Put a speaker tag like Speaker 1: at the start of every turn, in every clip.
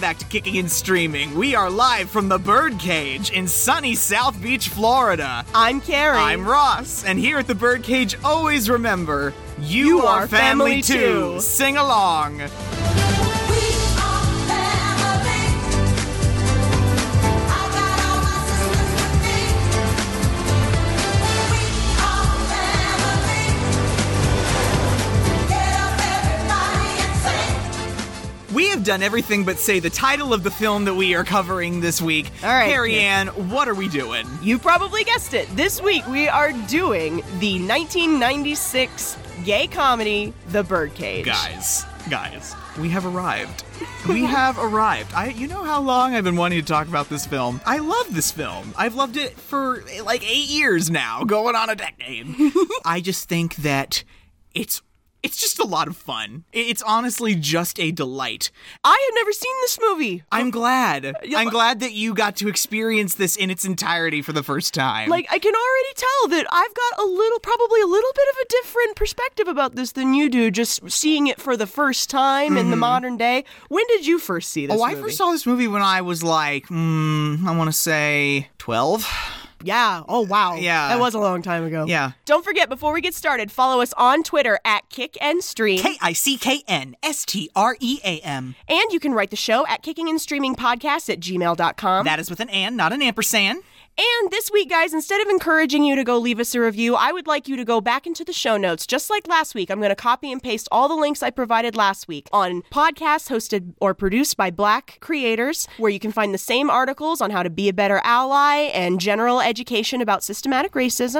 Speaker 1: back to Kicking and Streaming. We are live from the Birdcage in sunny South Beach, Florida.
Speaker 2: I'm Carrie.
Speaker 1: I'm Ross, and here at the Birdcage, always remember you,
Speaker 2: You
Speaker 1: are,
Speaker 2: are
Speaker 1: family,
Speaker 2: family
Speaker 1: too.
Speaker 2: too.
Speaker 1: Sing along.
Speaker 3: We are family. I got all my sisters with me. We are family. Get up, everybody, and sing.
Speaker 1: We have done everything but say the title of the film that we are covering this week.
Speaker 2: All right.
Speaker 1: Carrie Ann, what are we doing?
Speaker 2: You probably guessed it. This week we are doing the 1996 gay comedy The Birdcage.
Speaker 1: Guys, guys, we have arrived. We have arrived. I you know how long I've been wanting to talk about this film. I love this film. I've loved it for eh, like 8 years now, going on a decade. I just think that it's it's just a lot of fun. I- It's honestly just a delight.
Speaker 2: I have never seen this movie.
Speaker 1: I'm glad.
Speaker 2: Yeah,
Speaker 1: I'm
Speaker 2: but-
Speaker 1: glad that you got to experience this in its entirety for the first time.
Speaker 2: Like I can already tell that I've got a little probably a little bit of a different perspective about this than you do just seeing it for the first time in the modern day. When did you first see this
Speaker 1: Mm-hmm. Oh, I
Speaker 2: movie?
Speaker 1: first saw this movie when I was like, mm, I want to say 12.
Speaker 2: Yeah. Oh, wow.
Speaker 1: Yeah.
Speaker 2: That was a long time ago.
Speaker 1: Yeah.
Speaker 2: Don't forget, before we get started, follow us on Twitter at Kick and Stream.
Speaker 1: K I C K N S T R E A M.
Speaker 2: and you can write the show at kicking and streaming podcast at gmail.com.
Speaker 1: That is with an and, not an ampersand.
Speaker 2: and this week, guys, instead of encouraging you to go leave us a review, I would like you to go back into the show notes. Just like last week, I'm going to copy and paste all the links I provided last week on podcasts hosted or produced by black creators, where you can find the same articles on how to be a better ally and general education about systematic racism.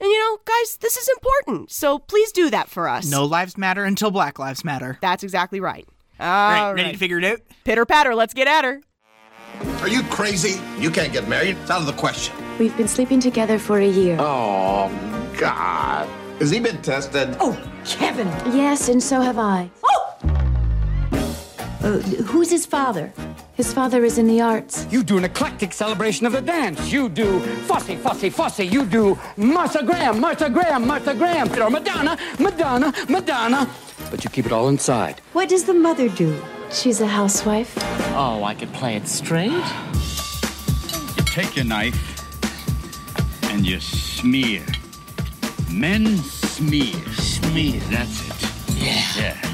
Speaker 2: And you know, guys, this is important. So please do that for us.
Speaker 1: No lives matter until black lives matter.
Speaker 2: That's exactly right.
Speaker 1: Right,
Speaker 2: All
Speaker 1: ready to
Speaker 2: right.
Speaker 1: figure it out?
Speaker 2: Pitter patter, let's get at her.
Speaker 4: Are you crazy? You can't get married. It's out of the question.
Speaker 5: We've been sleeping together for a year.
Speaker 4: Oh, God. Has he been tested? Oh.
Speaker 5: Yes, and so have I. Oh! who's his father? His father is in the arts.
Speaker 6: You do an eclectic celebration of the dance. You do fussy, fussy, fussy. You do Martha Graham, Martha Graham, Martha Graham. Or Madonna, Madonna, Madonna. But you keep it all inside.
Speaker 7: What does the mother do?
Speaker 5: She's a housewife.
Speaker 8: Oh, I could play it straight.
Speaker 9: You take your knife and you smear. Men smear. Smear. That's it. Yeah.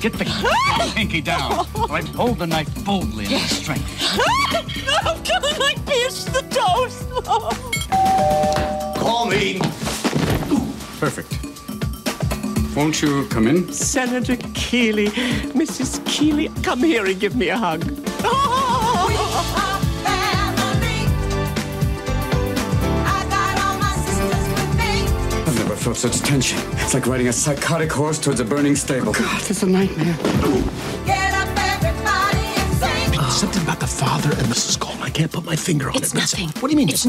Speaker 9: Get the pinky down. Right, hold the knife boldly and with strength.
Speaker 2: I'm coming like fish the toast.
Speaker 4: Call me.
Speaker 6: Perfect. Won't you come in?
Speaker 10: Senator Keeley, Mrs. Keeley, come here and give me a hug.
Speaker 3: Our family. I got all my sisters with me.
Speaker 6: I've never felt such tension. It's like riding a psychotic horse towards a burning stable. God, it's a nightmare.
Speaker 3: Get up, everybody, and sing.
Speaker 10: Something about the father and Mrs. Cole. I can't put my finger on it. What do you mean? It is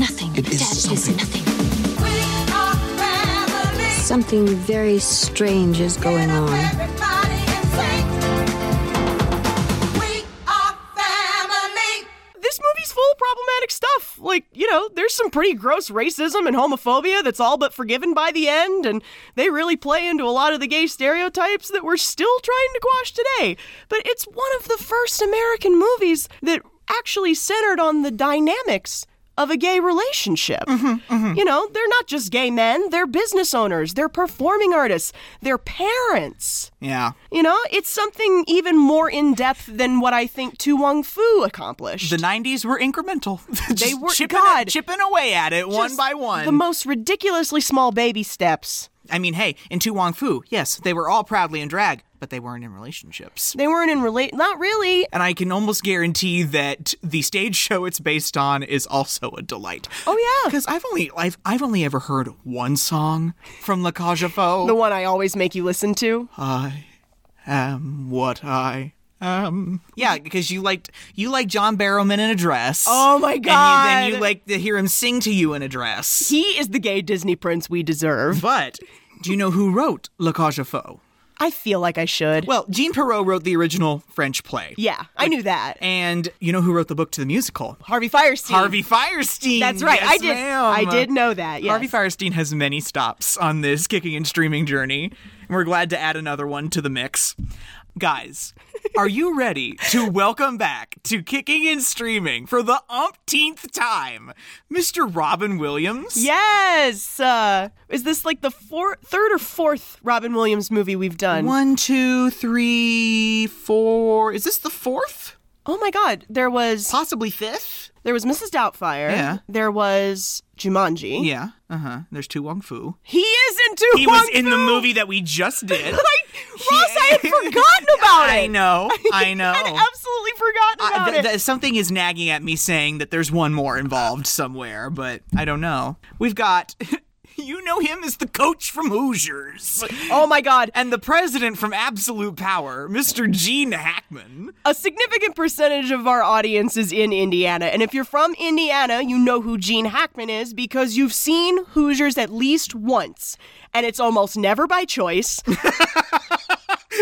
Speaker 10: something.
Speaker 5: nothing.
Speaker 3: We are family.
Speaker 7: Something very strange is going
Speaker 3: Get up,
Speaker 7: on.
Speaker 3: everybody, and sing. We are family.
Speaker 2: This movie's full of problematic stuff. Like, you know, there's some pretty gross racism and homophobia that's all but forgiven by the end, and they really play into a lot of the gay stereotypes that we're still trying to quash today. But it's one of the first American movies that actually centered on the dynamics of a gay relationship. You know, they're not just gay men, they're business owners, they're performing artists, they're parents.
Speaker 1: Yeah.
Speaker 2: You know, it's something even more in depth than what I think Tu Wong Fu accomplished.
Speaker 1: The 90s were incremental. Just
Speaker 2: were-
Speaker 1: chipping,
Speaker 2: God.
Speaker 1: chipping away at it one
Speaker 2: Just
Speaker 1: by one.
Speaker 2: The most ridiculously small baby steps.
Speaker 1: I mean, hey, in Tu Wong Fu, yes, they were all proudly in drag, but they weren't in relationships.
Speaker 2: They weren't in relate. Not really.
Speaker 1: And I can almost guarantee that the stage show it's based on is also a delight.
Speaker 2: Oh yeah,
Speaker 1: Because I've only I've, I've only ever heard one song from La Cage aux Folles.
Speaker 2: the one I always make you listen to.
Speaker 1: I am what I am. Yeah, because you liked you like John Barrowman in a dress.
Speaker 2: Oh my
Speaker 1: And you, then you
Speaker 2: God.
Speaker 1: like to hear him sing to you in a dress.
Speaker 2: He is the gay Disney prince we deserve.
Speaker 1: But do you know who wrote La Cage aux Folles?
Speaker 2: I feel like I should.
Speaker 1: Well, Jean Perrault wrote the original French play.
Speaker 2: yeah, I knew that.
Speaker 1: And you know who wrote the book to the musical?
Speaker 2: Harvey Firestein.
Speaker 1: Harvey Firestein.
Speaker 2: That's right.
Speaker 1: Yes,
Speaker 2: I did.
Speaker 1: ma'am.
Speaker 2: I did know that. Yes.
Speaker 1: Harvey Firestein has many stops on this kicking and streaming journey, and we're glad to add another one to the mix. Guys, are you ready to welcome back to Kicking and Streaming for the umpteenth time, Mr. Robin Williams?
Speaker 2: Yes. Uh, is this like the four, third or fourth Robin Williams movie we've done?
Speaker 1: One, two, three, four. Is this the fourth?
Speaker 2: Oh my God! There was
Speaker 1: Possibly fifth?
Speaker 2: there was Mrs. Doubtfire.
Speaker 1: Yeah.
Speaker 2: There was Jumanji.
Speaker 1: Yeah. Uh huh. There's Tu Wong Fu.
Speaker 2: He is into.
Speaker 1: He was in the movie that we just did.
Speaker 2: Like Ross, I had forgotten about it.
Speaker 1: I know. I know.
Speaker 2: I'd absolutely forgotten
Speaker 1: I-
Speaker 2: about
Speaker 1: th-
Speaker 2: it.
Speaker 1: th- something is nagging at me saying that there's one more involved somewhere, but I don't know. We've got, you know him as the coach from Hoosiers
Speaker 2: oh my God!
Speaker 1: and the president from Absolute Power, Mr. Gene Hackman.
Speaker 2: a significant percentage of our audience is in Indiana. And if you're from Indiana, you know who Gene Hackman is because you've seen Hoosiers at least once. And it's almost never by choice.
Speaker 1: Oh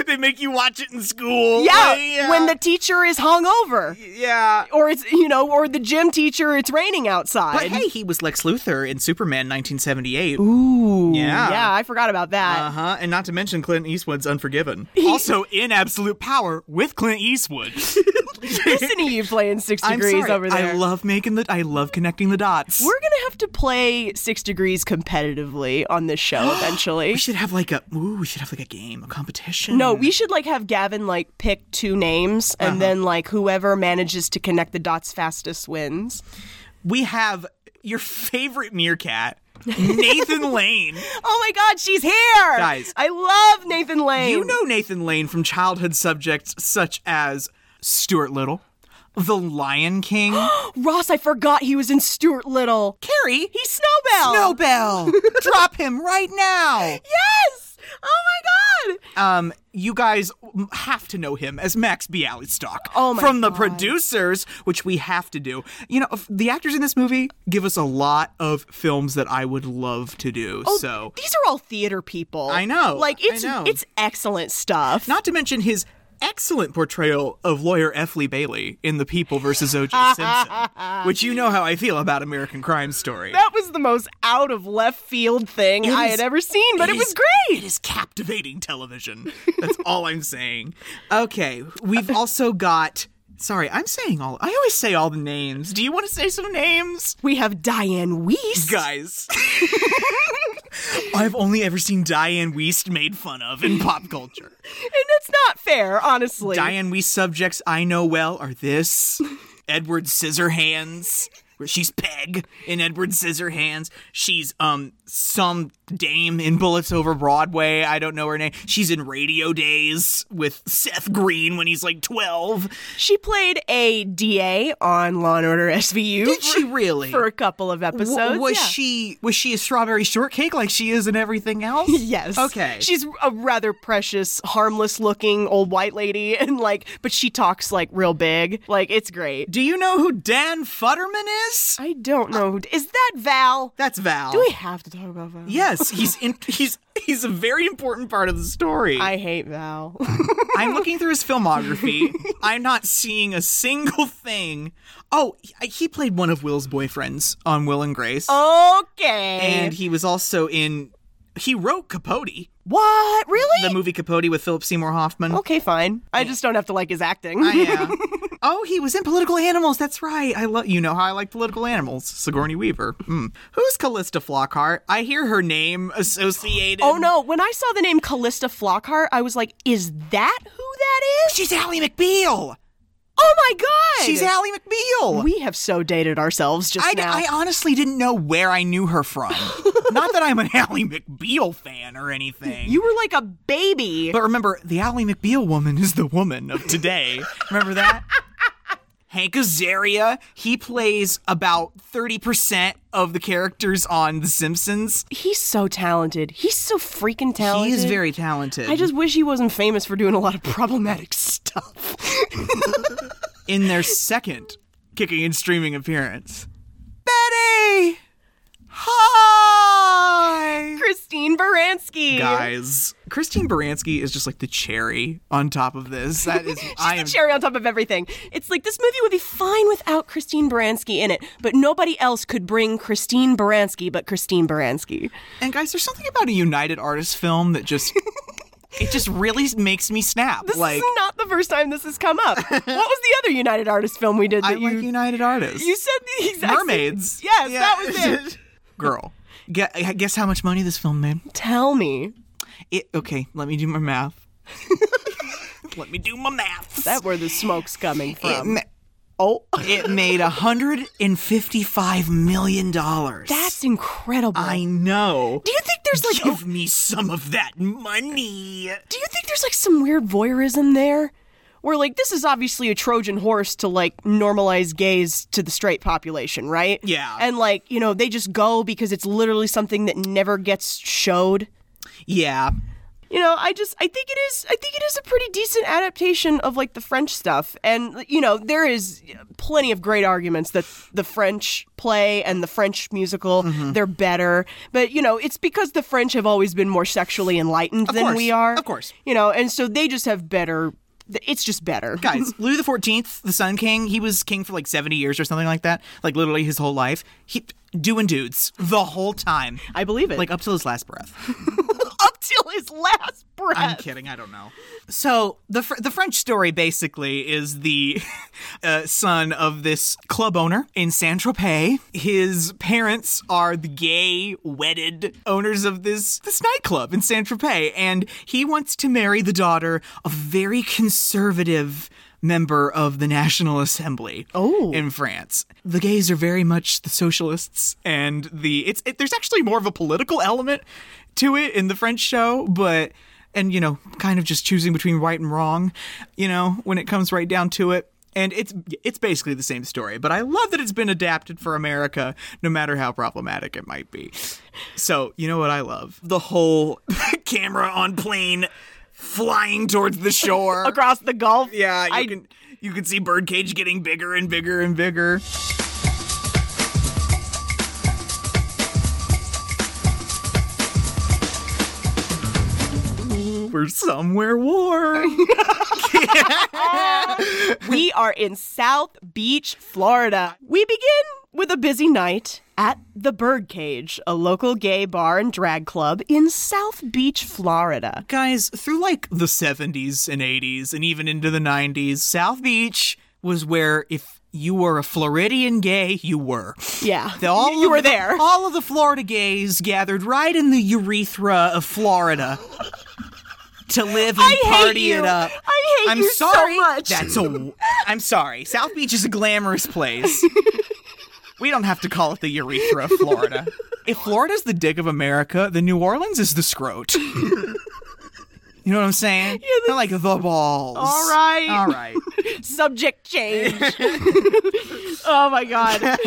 Speaker 1: they make you watch it in school.
Speaker 2: Yeah,
Speaker 1: Like,
Speaker 2: when the teacher is hungover.
Speaker 1: yeah.
Speaker 2: Or it's, you know, or the gym teacher, it's raining outside.
Speaker 1: But hey, he was Lex Luthor in Superman 1978. Ooh. Yeah.
Speaker 2: yeah, I forgot about that.
Speaker 1: Uh huh. And not to mention Clint Eastwood's Unforgiven. also in Absolute Power with Clint Eastwood.
Speaker 2: Listen to you playing Six
Speaker 1: I'm
Speaker 2: Degrees
Speaker 1: sorry.
Speaker 2: over there.
Speaker 1: I love making the. I love connecting the dots.
Speaker 2: We're going to have to play Six Degrees competitively on this show eventually.
Speaker 1: We should have like a ooh, we should have like a game, a competition.
Speaker 2: No, we should like have Gavin like pick two names and
Speaker 1: Uh-huh.
Speaker 2: then like whoever manages to connect the dots fastest wins.
Speaker 1: we have your favorite meerkat, Nathan Lane.
Speaker 2: Oh my god, she's here!
Speaker 1: Guys.
Speaker 2: I love Nathan Lane.
Speaker 1: You know Nathan Lane from childhood subjects such as Stuart Little, The Lion King,
Speaker 2: Ross, I forgot he was in Stuart Little.
Speaker 1: Carrie,
Speaker 2: He's Snowbell.
Speaker 1: Snowbell. Drop him right now.
Speaker 2: Yes! Oh my god!
Speaker 1: Um, you guys have to know him as Max Bialystock
Speaker 2: Oh my
Speaker 1: from the producers, which we have to do. You know, f- the actors in this movie give us a lot of films that I would love to do.
Speaker 2: Oh,
Speaker 1: so
Speaker 2: These are all theater people.
Speaker 1: I know,
Speaker 2: Like
Speaker 1: I
Speaker 2: it's
Speaker 1: know.
Speaker 2: it's excellent stuff.
Speaker 1: Not to mention his excellent portrayal of lawyer F. Lee Bailey in The People versus O.J. Simpson, which you know how I feel about American Crime Story.
Speaker 2: that was the most out of left field thing I
Speaker 1: is-
Speaker 2: had ever seen, but it, was
Speaker 1: is-
Speaker 2: great.
Speaker 1: It is captivating television. That's all I'm saying. Okay, we've also got. Sorry, I'm saying all. I always say all the names. Do you want to say some names?
Speaker 2: We have Diane Weiss.
Speaker 1: Guys, I've only ever seen Diane Weist made fun of in pop culture.
Speaker 2: And it's not fair, honestly.
Speaker 1: Diane Weiss subjects I know well are this Edward Scissorhands, where she's Peg in Edward Scissorhands. She's um some dame in Bullets Over Broadway. I don't know her name. She's in Radio Days with Seth Green when he's like twelve.
Speaker 2: She played a DA on Law and Order SVU.
Speaker 1: Did
Speaker 2: for-
Speaker 1: she really?
Speaker 2: For a couple of
Speaker 1: Wa-
Speaker 2: episodes.
Speaker 1: was
Speaker 2: yeah.
Speaker 1: she was she a strawberry shortcake like she is in everything else?
Speaker 2: Yes.
Speaker 1: Okay.
Speaker 2: She's a rather precious, harmless looking old white lady, and like, but she talks like real big. Like, it's great.
Speaker 1: Do you know who Dan Futterman is?
Speaker 2: I don't know. who- Is that Val?
Speaker 1: That's Val.
Speaker 2: Do we have to talk about Val?
Speaker 1: yes, he's in, he's he's a very important part of the story.
Speaker 2: I hate Val.
Speaker 1: I'm looking through his filmography. I'm not seeing a single thing. Oh, he- he played one of Will's boyfriends on Will and Grace.
Speaker 2: Oh, okay.
Speaker 1: And he was also in. He wrote Capote,
Speaker 2: what? Really?
Speaker 1: the movie Capote with Philip Seymour Hoffman.
Speaker 2: okay, fine. I just don't have to like his acting.
Speaker 1: Yeah. Oh, he was in Political Animals. That's right. I love you know how I like Political Animals. Sigourney Weaver. Hmm. Who's Callista Flockhart? I hear her name associated.
Speaker 2: Oh no, when I saw the name Callista Flockhart, I was like, is that who that is?
Speaker 1: she's Ally McBeal.
Speaker 2: Oh my god!
Speaker 1: She's Ally McBeal.
Speaker 2: We have so dated ourselves just
Speaker 1: I,
Speaker 2: now.
Speaker 1: I honestly didn't know where I knew her from. Not that I'm an Ally McBeal fan or anything.
Speaker 2: you were like a baby.
Speaker 1: but remember, the Ally McBeal woman is the woman of today. remember that? Hank Azaria, he plays about 30% of the characters on The Simpsons.
Speaker 2: He's so talented. He's so freaking talented.
Speaker 1: He is very talented.
Speaker 2: I just wish he wasn't famous for doing a lot of problematic stuff.
Speaker 1: In their second kicking and streaming appearance, Betty! Hi!
Speaker 2: Christine Baranski.
Speaker 1: guys. Christine Baranski is just like the cherry on top of this. That is, I
Speaker 2: The
Speaker 1: am.
Speaker 2: cherry on top of everything. It's like this movie would be fine without Christine Baranski in it, but nobody else could bring Christine Baranski but Christine Baranski.
Speaker 1: And guys, there's something about a United Artists film that just it just really makes me snap.
Speaker 2: This
Speaker 1: like
Speaker 2: is not the first time this has come up. what was the other United Artists film we did that
Speaker 1: I
Speaker 2: you
Speaker 1: like United Artists.
Speaker 2: you said the exact same-
Speaker 1: mermaids.
Speaker 2: Yes, that was it.
Speaker 1: Girl, Gue- guess how much money this film made?
Speaker 2: Tell me.
Speaker 1: It okay. Let me do my math. let me do my math.
Speaker 2: That where the smoke's coming
Speaker 1: it,
Speaker 2: from.
Speaker 1: ma- oh, it made hundred and fifty-five million dollars.
Speaker 2: That's incredible.
Speaker 1: I know.
Speaker 2: do you think there's like
Speaker 1: Give me some of that money.
Speaker 2: Do you think there's like some weird voyeurism there? Where like this is obviously a Trojan horse to like normalize gays to the straight population, right?
Speaker 1: Yeah.
Speaker 2: And like, you know, they just go because it's literally something that never gets showed.
Speaker 1: Yeah.
Speaker 2: You know, I just I think it is I think it is a pretty decent adaptation of like the French stuff. And you know, there is plenty of great arguments that the French play and the French musical,
Speaker 1: Mm-hmm.
Speaker 2: they're better. But you know, it's because the French have always been more sexually enlightened
Speaker 1: Of
Speaker 2: than
Speaker 1: course,
Speaker 2: we are.
Speaker 1: of course.
Speaker 2: You know, and so they just have better it's just better.
Speaker 1: Guys, Louis the Fourteenth, the Sun King, he was king for like seventy years or something like that. Like literally his whole life, he doing dudes the whole time,
Speaker 2: I believe it.
Speaker 1: like up till his last breath.
Speaker 2: up till his last breath.
Speaker 1: I'm kidding. I don't know. Uh, So the fr- the French story basically is the uh, son of this club owner in Saint Tropez. His parents are the gay wedded owners of this this nightclub in Saint Tropez, and he wants to marry the daughter of a very conservative member of the National Assembly oh. in France. The gays are very much the socialists and the it's it, there's actually more of a political element to it in the French show, but and you know, kind of just choosing between right and wrong, you know, when it comes right down to it. And it's it's basically the same story, but I love that it's been adapted for America, no matter how problematic it might be. So you know what I love the whole camera on plane flying towards the shore
Speaker 2: Across the Gulf.
Speaker 1: yeah, you
Speaker 2: I-
Speaker 1: can you can see Birdcage getting bigger and bigger and bigger. We're somewhere warm.
Speaker 2: we are in South Beach, Florida. We begin with a busy night at the Birdcage, a local gay bar and drag club in South Beach, Florida.
Speaker 1: Guys, through like the 70s and 80s and even into the 90s, South Beach was where if you were a Floridian gay, you were.
Speaker 2: Yeah.
Speaker 1: The- all
Speaker 2: you
Speaker 1: of
Speaker 2: were
Speaker 1: the-
Speaker 2: there.
Speaker 1: All of the Florida gays gathered right in the urethra of Florida to live and
Speaker 2: I hate
Speaker 1: party
Speaker 2: you.
Speaker 1: it up.
Speaker 2: I hate
Speaker 1: am
Speaker 2: you so
Speaker 1: sorry.
Speaker 2: much.
Speaker 1: That's a. I'm sorry. South Beach is a glamorous place. we don't have to call it the urethra of Florida. If Florida's the dick of America, then New Orleans is the scrote. you know what I'm saying? Yeah, They're like the balls.
Speaker 2: All right.
Speaker 1: All right.
Speaker 2: Subject change. oh my God.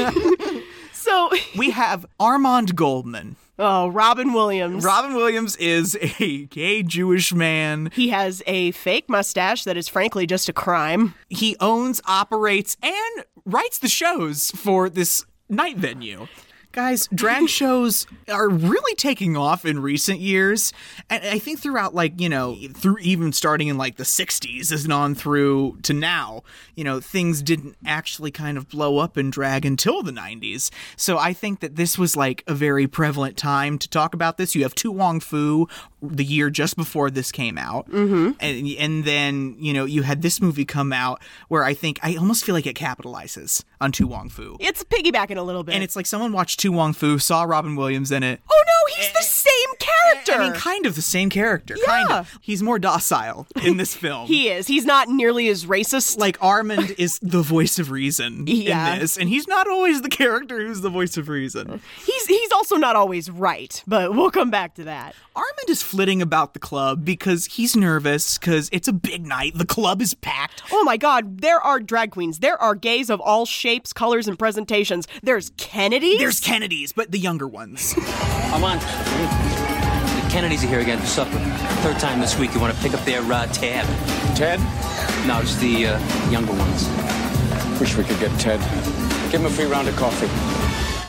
Speaker 2: so,
Speaker 1: We have Armand Goldman.
Speaker 2: oh, Robin Williams.
Speaker 1: Robin Williams is a gay Jewish man.
Speaker 2: he has a fake mustache that is frankly just a crime.
Speaker 1: He owns, operates, and writes the shows for this night venue. Guys, drag shows are really taking off in recent years. And I think throughout, like, you know, through even starting in like the 60s and on through to now, you know, things didn't actually kind of blow up in drag until the 90s. So I think that this was like a very prevalent time to talk about this. You have Tu Wong Fu the year just before this came out. Mm-hmm. And, and then, you know, you had this movie come out where I think, I almost feel like it capitalizes on Tu Wong Fu.
Speaker 2: It's piggybacking a little bit.
Speaker 1: And it's like someone watched Tu Wong Fu, saw Robin Williams in it.
Speaker 2: oh no, he's the same character.
Speaker 1: I mean, kind of the same character. Kind of. He's more docile in this film.
Speaker 2: He is. He's not nearly as racist.
Speaker 1: like Armand is the voice of reason
Speaker 2: Yeah.
Speaker 1: in this, and he's not always the character who's the voice of reason.
Speaker 2: he's he's also not always right, but we'll come back to that.
Speaker 1: Armand is flitting about the club because he's nervous because it's a big night. The club is packed.
Speaker 2: Oh my god, there are drag queens. There are gays of all shapes, colors, and presentations. There's Kennedy.
Speaker 1: There's Kennedys, but the younger ones.
Speaker 11: Armand, the Kennedys are here again for supper. Third time this week. You want to pick up their uh, tab?
Speaker 9: Ted?
Speaker 11: No, it's the uh, younger ones.
Speaker 9: Wish we could get Ted. Give him a free round of coffee.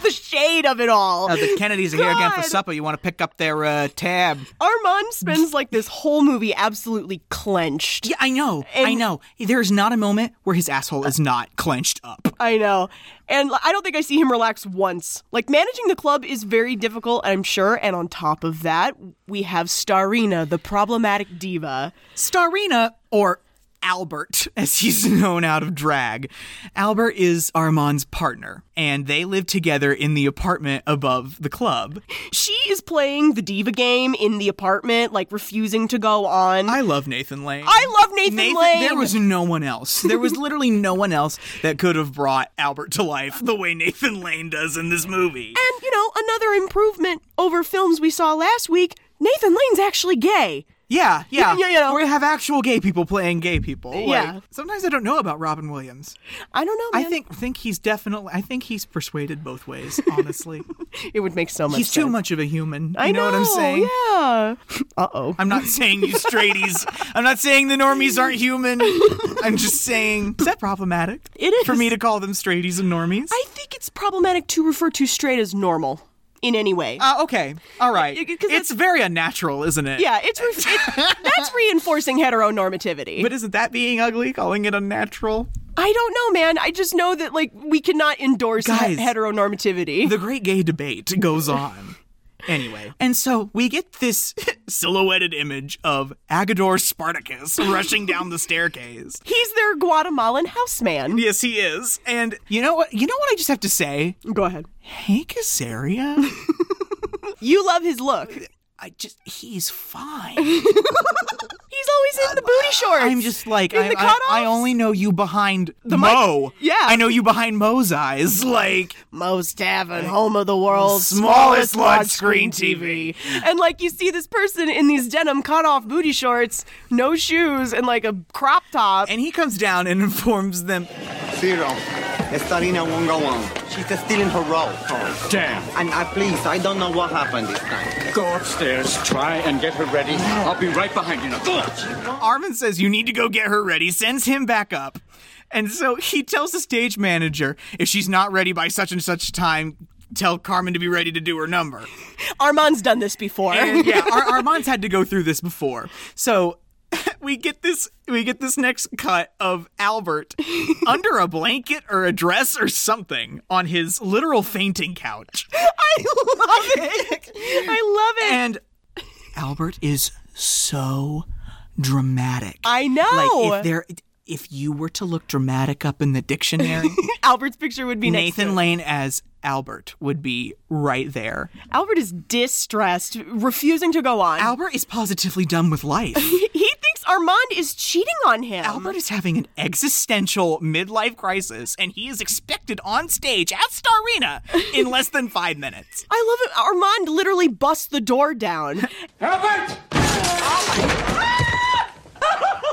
Speaker 2: the shade of it all.
Speaker 1: Now Oh, the Kennedys are here again for
Speaker 2: God.
Speaker 1: supper. You want to pick up their uh, tab?
Speaker 2: Armand spends like this whole movie absolutely clenched.
Speaker 1: Yeah, I know. I know. There is not a moment where his asshole is not clenched up.
Speaker 2: I know. And I don't think I see him relax once. Like, managing the club is very difficult, I'm sure. And on top of that, we have Starina, the problematic diva.
Speaker 1: Starina, or Albert, as he's known out of drag. Albert is Armand's partner, and they live together in the apartment above the club.
Speaker 2: She is playing the diva game in the apartment, like, refusing to go on.
Speaker 1: I love Nathan Lane.
Speaker 2: I love Nathan, Lane.
Speaker 1: There was no one else. There was literally no one else that could have brought Albert to life the way Nathan Lane does in this movie.
Speaker 2: And, you know, another improvement over films we saw last week Nathan Lane's actually gay.
Speaker 1: Yeah, yeah.
Speaker 2: You- you know.
Speaker 1: We have actual gay people playing gay people. Like,
Speaker 2: Yeah.
Speaker 1: Sometimes I don't know about Robin Williams.
Speaker 2: I don't know,
Speaker 1: I
Speaker 2: man.
Speaker 1: think think he's definitely. I think he's persuaded both ways. Honestly,
Speaker 2: it would make so much
Speaker 1: he's too
Speaker 2: sense.
Speaker 1: much of a human. You
Speaker 2: I
Speaker 1: know, what I'm saying?
Speaker 2: Yeah. Uh oh.
Speaker 1: I'm not saying you straighties. I'm not saying the normies aren't human. I'm just saying is that problematic?
Speaker 2: It is.
Speaker 1: for me to call them straighties and normies.
Speaker 2: I think it's problematic to refer to straight as normal in any way.
Speaker 1: Uh, okay, all right.
Speaker 2: Yeah, 'cause
Speaker 1: It's
Speaker 2: that's-
Speaker 1: very unnatural, isn't it?
Speaker 2: yeah, it's, re- it's that's reinforcing heteronormativity.
Speaker 1: But isn't that being ugly? Calling it unnatural?
Speaker 2: I don't know, man. I just know that like we cannot endorse
Speaker 1: Guys.
Speaker 2: he- heteronormativity.
Speaker 1: the great gay debate goes on. Anyway, and so we get this silhouetted image of Agador Spartacus rushing down the staircase.
Speaker 2: He's their Guatemalan houseman.
Speaker 1: Yes, he is. And you know what? You know what I just have to say?
Speaker 2: Go ahead.
Speaker 1: Hank Azaria,
Speaker 2: You love his look. He's
Speaker 1: I just he's fine.
Speaker 2: always in the booty shorts.
Speaker 1: I'm just like I,
Speaker 2: the
Speaker 1: I, I
Speaker 2: cutoffs?
Speaker 1: only know you behind the Mo.
Speaker 2: Yeah.
Speaker 1: I know you behind Mo's eyes. Like
Speaker 2: Moe's Tavern, home of the world's
Speaker 1: Smallest
Speaker 2: smallest,
Speaker 1: large
Speaker 2: large
Speaker 1: screen
Speaker 2: screen TV. And like you see this person in these denim cut off booty shorts, no shoes, and like a crop top.
Speaker 1: and he comes down and informs them
Speaker 12: Zero. Estarina won't go on. She's still in her role.
Speaker 9: Damn.
Speaker 12: And I, please, I don't know what happened this time.
Speaker 9: Go upstairs, try and get her ready. I'll be right behind you now. Go up.
Speaker 1: Armin says, You need to go get her ready, sends him back up. And so he tells the stage manager, If she's not ready by such and such time, tell Carmen to be ready to do her number.
Speaker 2: Armand's done this before.
Speaker 1: And yeah, Ar- Armand's had to go through this before. So. We get this. We get this next cut of Albert under a blanket or a dress or something on his literal fainting couch,
Speaker 2: I love it. I love it.
Speaker 1: and Albert is so dramatic.
Speaker 2: I know.
Speaker 1: Like if there, if you were to look dramatic up in the dictionary,
Speaker 2: Albert's picture would be next to
Speaker 1: Nathan
Speaker 2: it.
Speaker 1: Lane as Albert would be right there.
Speaker 2: Albert is distressed, refusing to go on.
Speaker 1: Albert is positively done with life.
Speaker 2: he thinks Armand is cheating on him.
Speaker 1: Albert is having an existential midlife crisis, and he is expected on stage at Starina in less than five minutes.
Speaker 2: I love it. Armand literally busts the door down.
Speaker 6: Albert!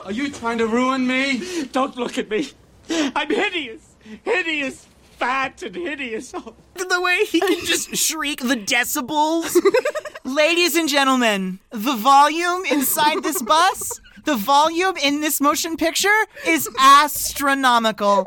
Speaker 6: Are you trying to ruin me?
Speaker 9: Don't look at me. I'm hideous. Hideous. Fat and hideous. Oh,
Speaker 1: The way he can just shriek the decibels. Ladies and gentlemen, the volume inside this bus, the volume in this motion picture is astronomical.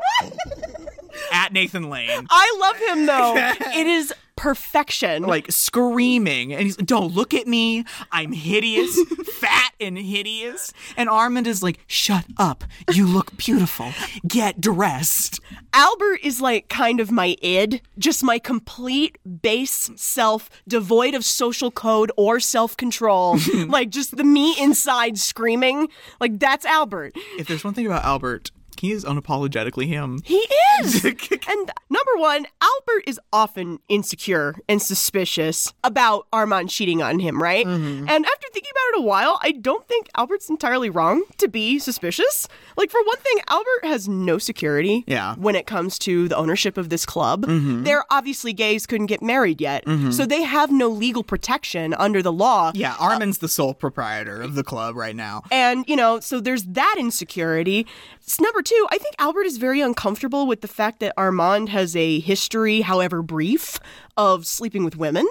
Speaker 1: At Nathan Lane.
Speaker 2: I love him though. it is perfection.
Speaker 1: like screaming and he's like, don't look at me i'm hideous fat and hideous and armand is like shut up you look beautiful get dressed
Speaker 2: Albert is like kind of my id, just my complete base self, devoid of social code or self control. like just the me inside screaming. Like that's Albert.
Speaker 1: if there's one thing about albert he is unapologetically him
Speaker 2: He is. and number one, Albert is often insecure and suspicious about Armand cheating on him, right? And after thinking about it a while, I don't think Albert's entirely wrong to be suspicious. Like, for one thing, Albert has no security
Speaker 1: Yeah.
Speaker 2: when it comes to the ownership of this club. They're obviously gays, couldn't get married yet. So they have no legal protection under the law.
Speaker 1: yeah armand's the sole proprietor of the club right now
Speaker 2: And, you know, so there's that insecurity. S- Number two, I think Albert is very uncomfortable with the fact that Armand has a history, however brief, of sleeping with women.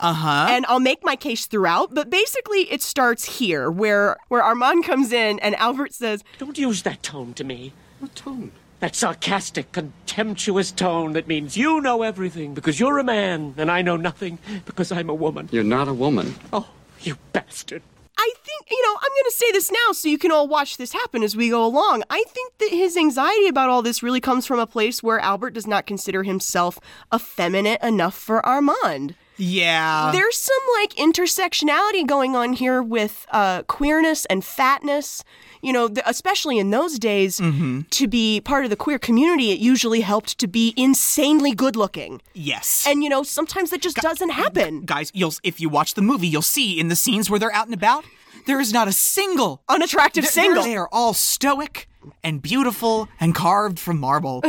Speaker 2: Uh-huh. And I'll make my case throughout, but basically it starts here where where Armand comes in and Albert says,
Speaker 8: Don't use that tone to me.
Speaker 6: What tone?
Speaker 13: That sarcastic, contemptuous tone that means you know everything because you're a man and I know nothing because I'm a woman.
Speaker 6: You're not a woman.
Speaker 13: Oh, you bastard.
Speaker 2: I think, you know, I'm going to say this now so you can all watch this happen as we go along. I think that his anxiety about all this really comes from a place where Albert does not consider himself effeminate enough for Armand.
Speaker 1: Yeah.
Speaker 2: There's some like intersectionality going on here with uh, queerness and fatness. You know, th- especially in those days,
Speaker 1: Mhm.
Speaker 2: to be part of the queer community, it usually helped to be insanely good looking.
Speaker 1: Yes.
Speaker 2: And, you know, sometimes that just doesn't happen.
Speaker 1: Guys, you'll if you watch the movie, you'll see in the scenes where they're out and about, there is not a single
Speaker 2: unattractive
Speaker 1: They're-
Speaker 2: single.
Speaker 1: They are all stoic and beautiful and carved from marble.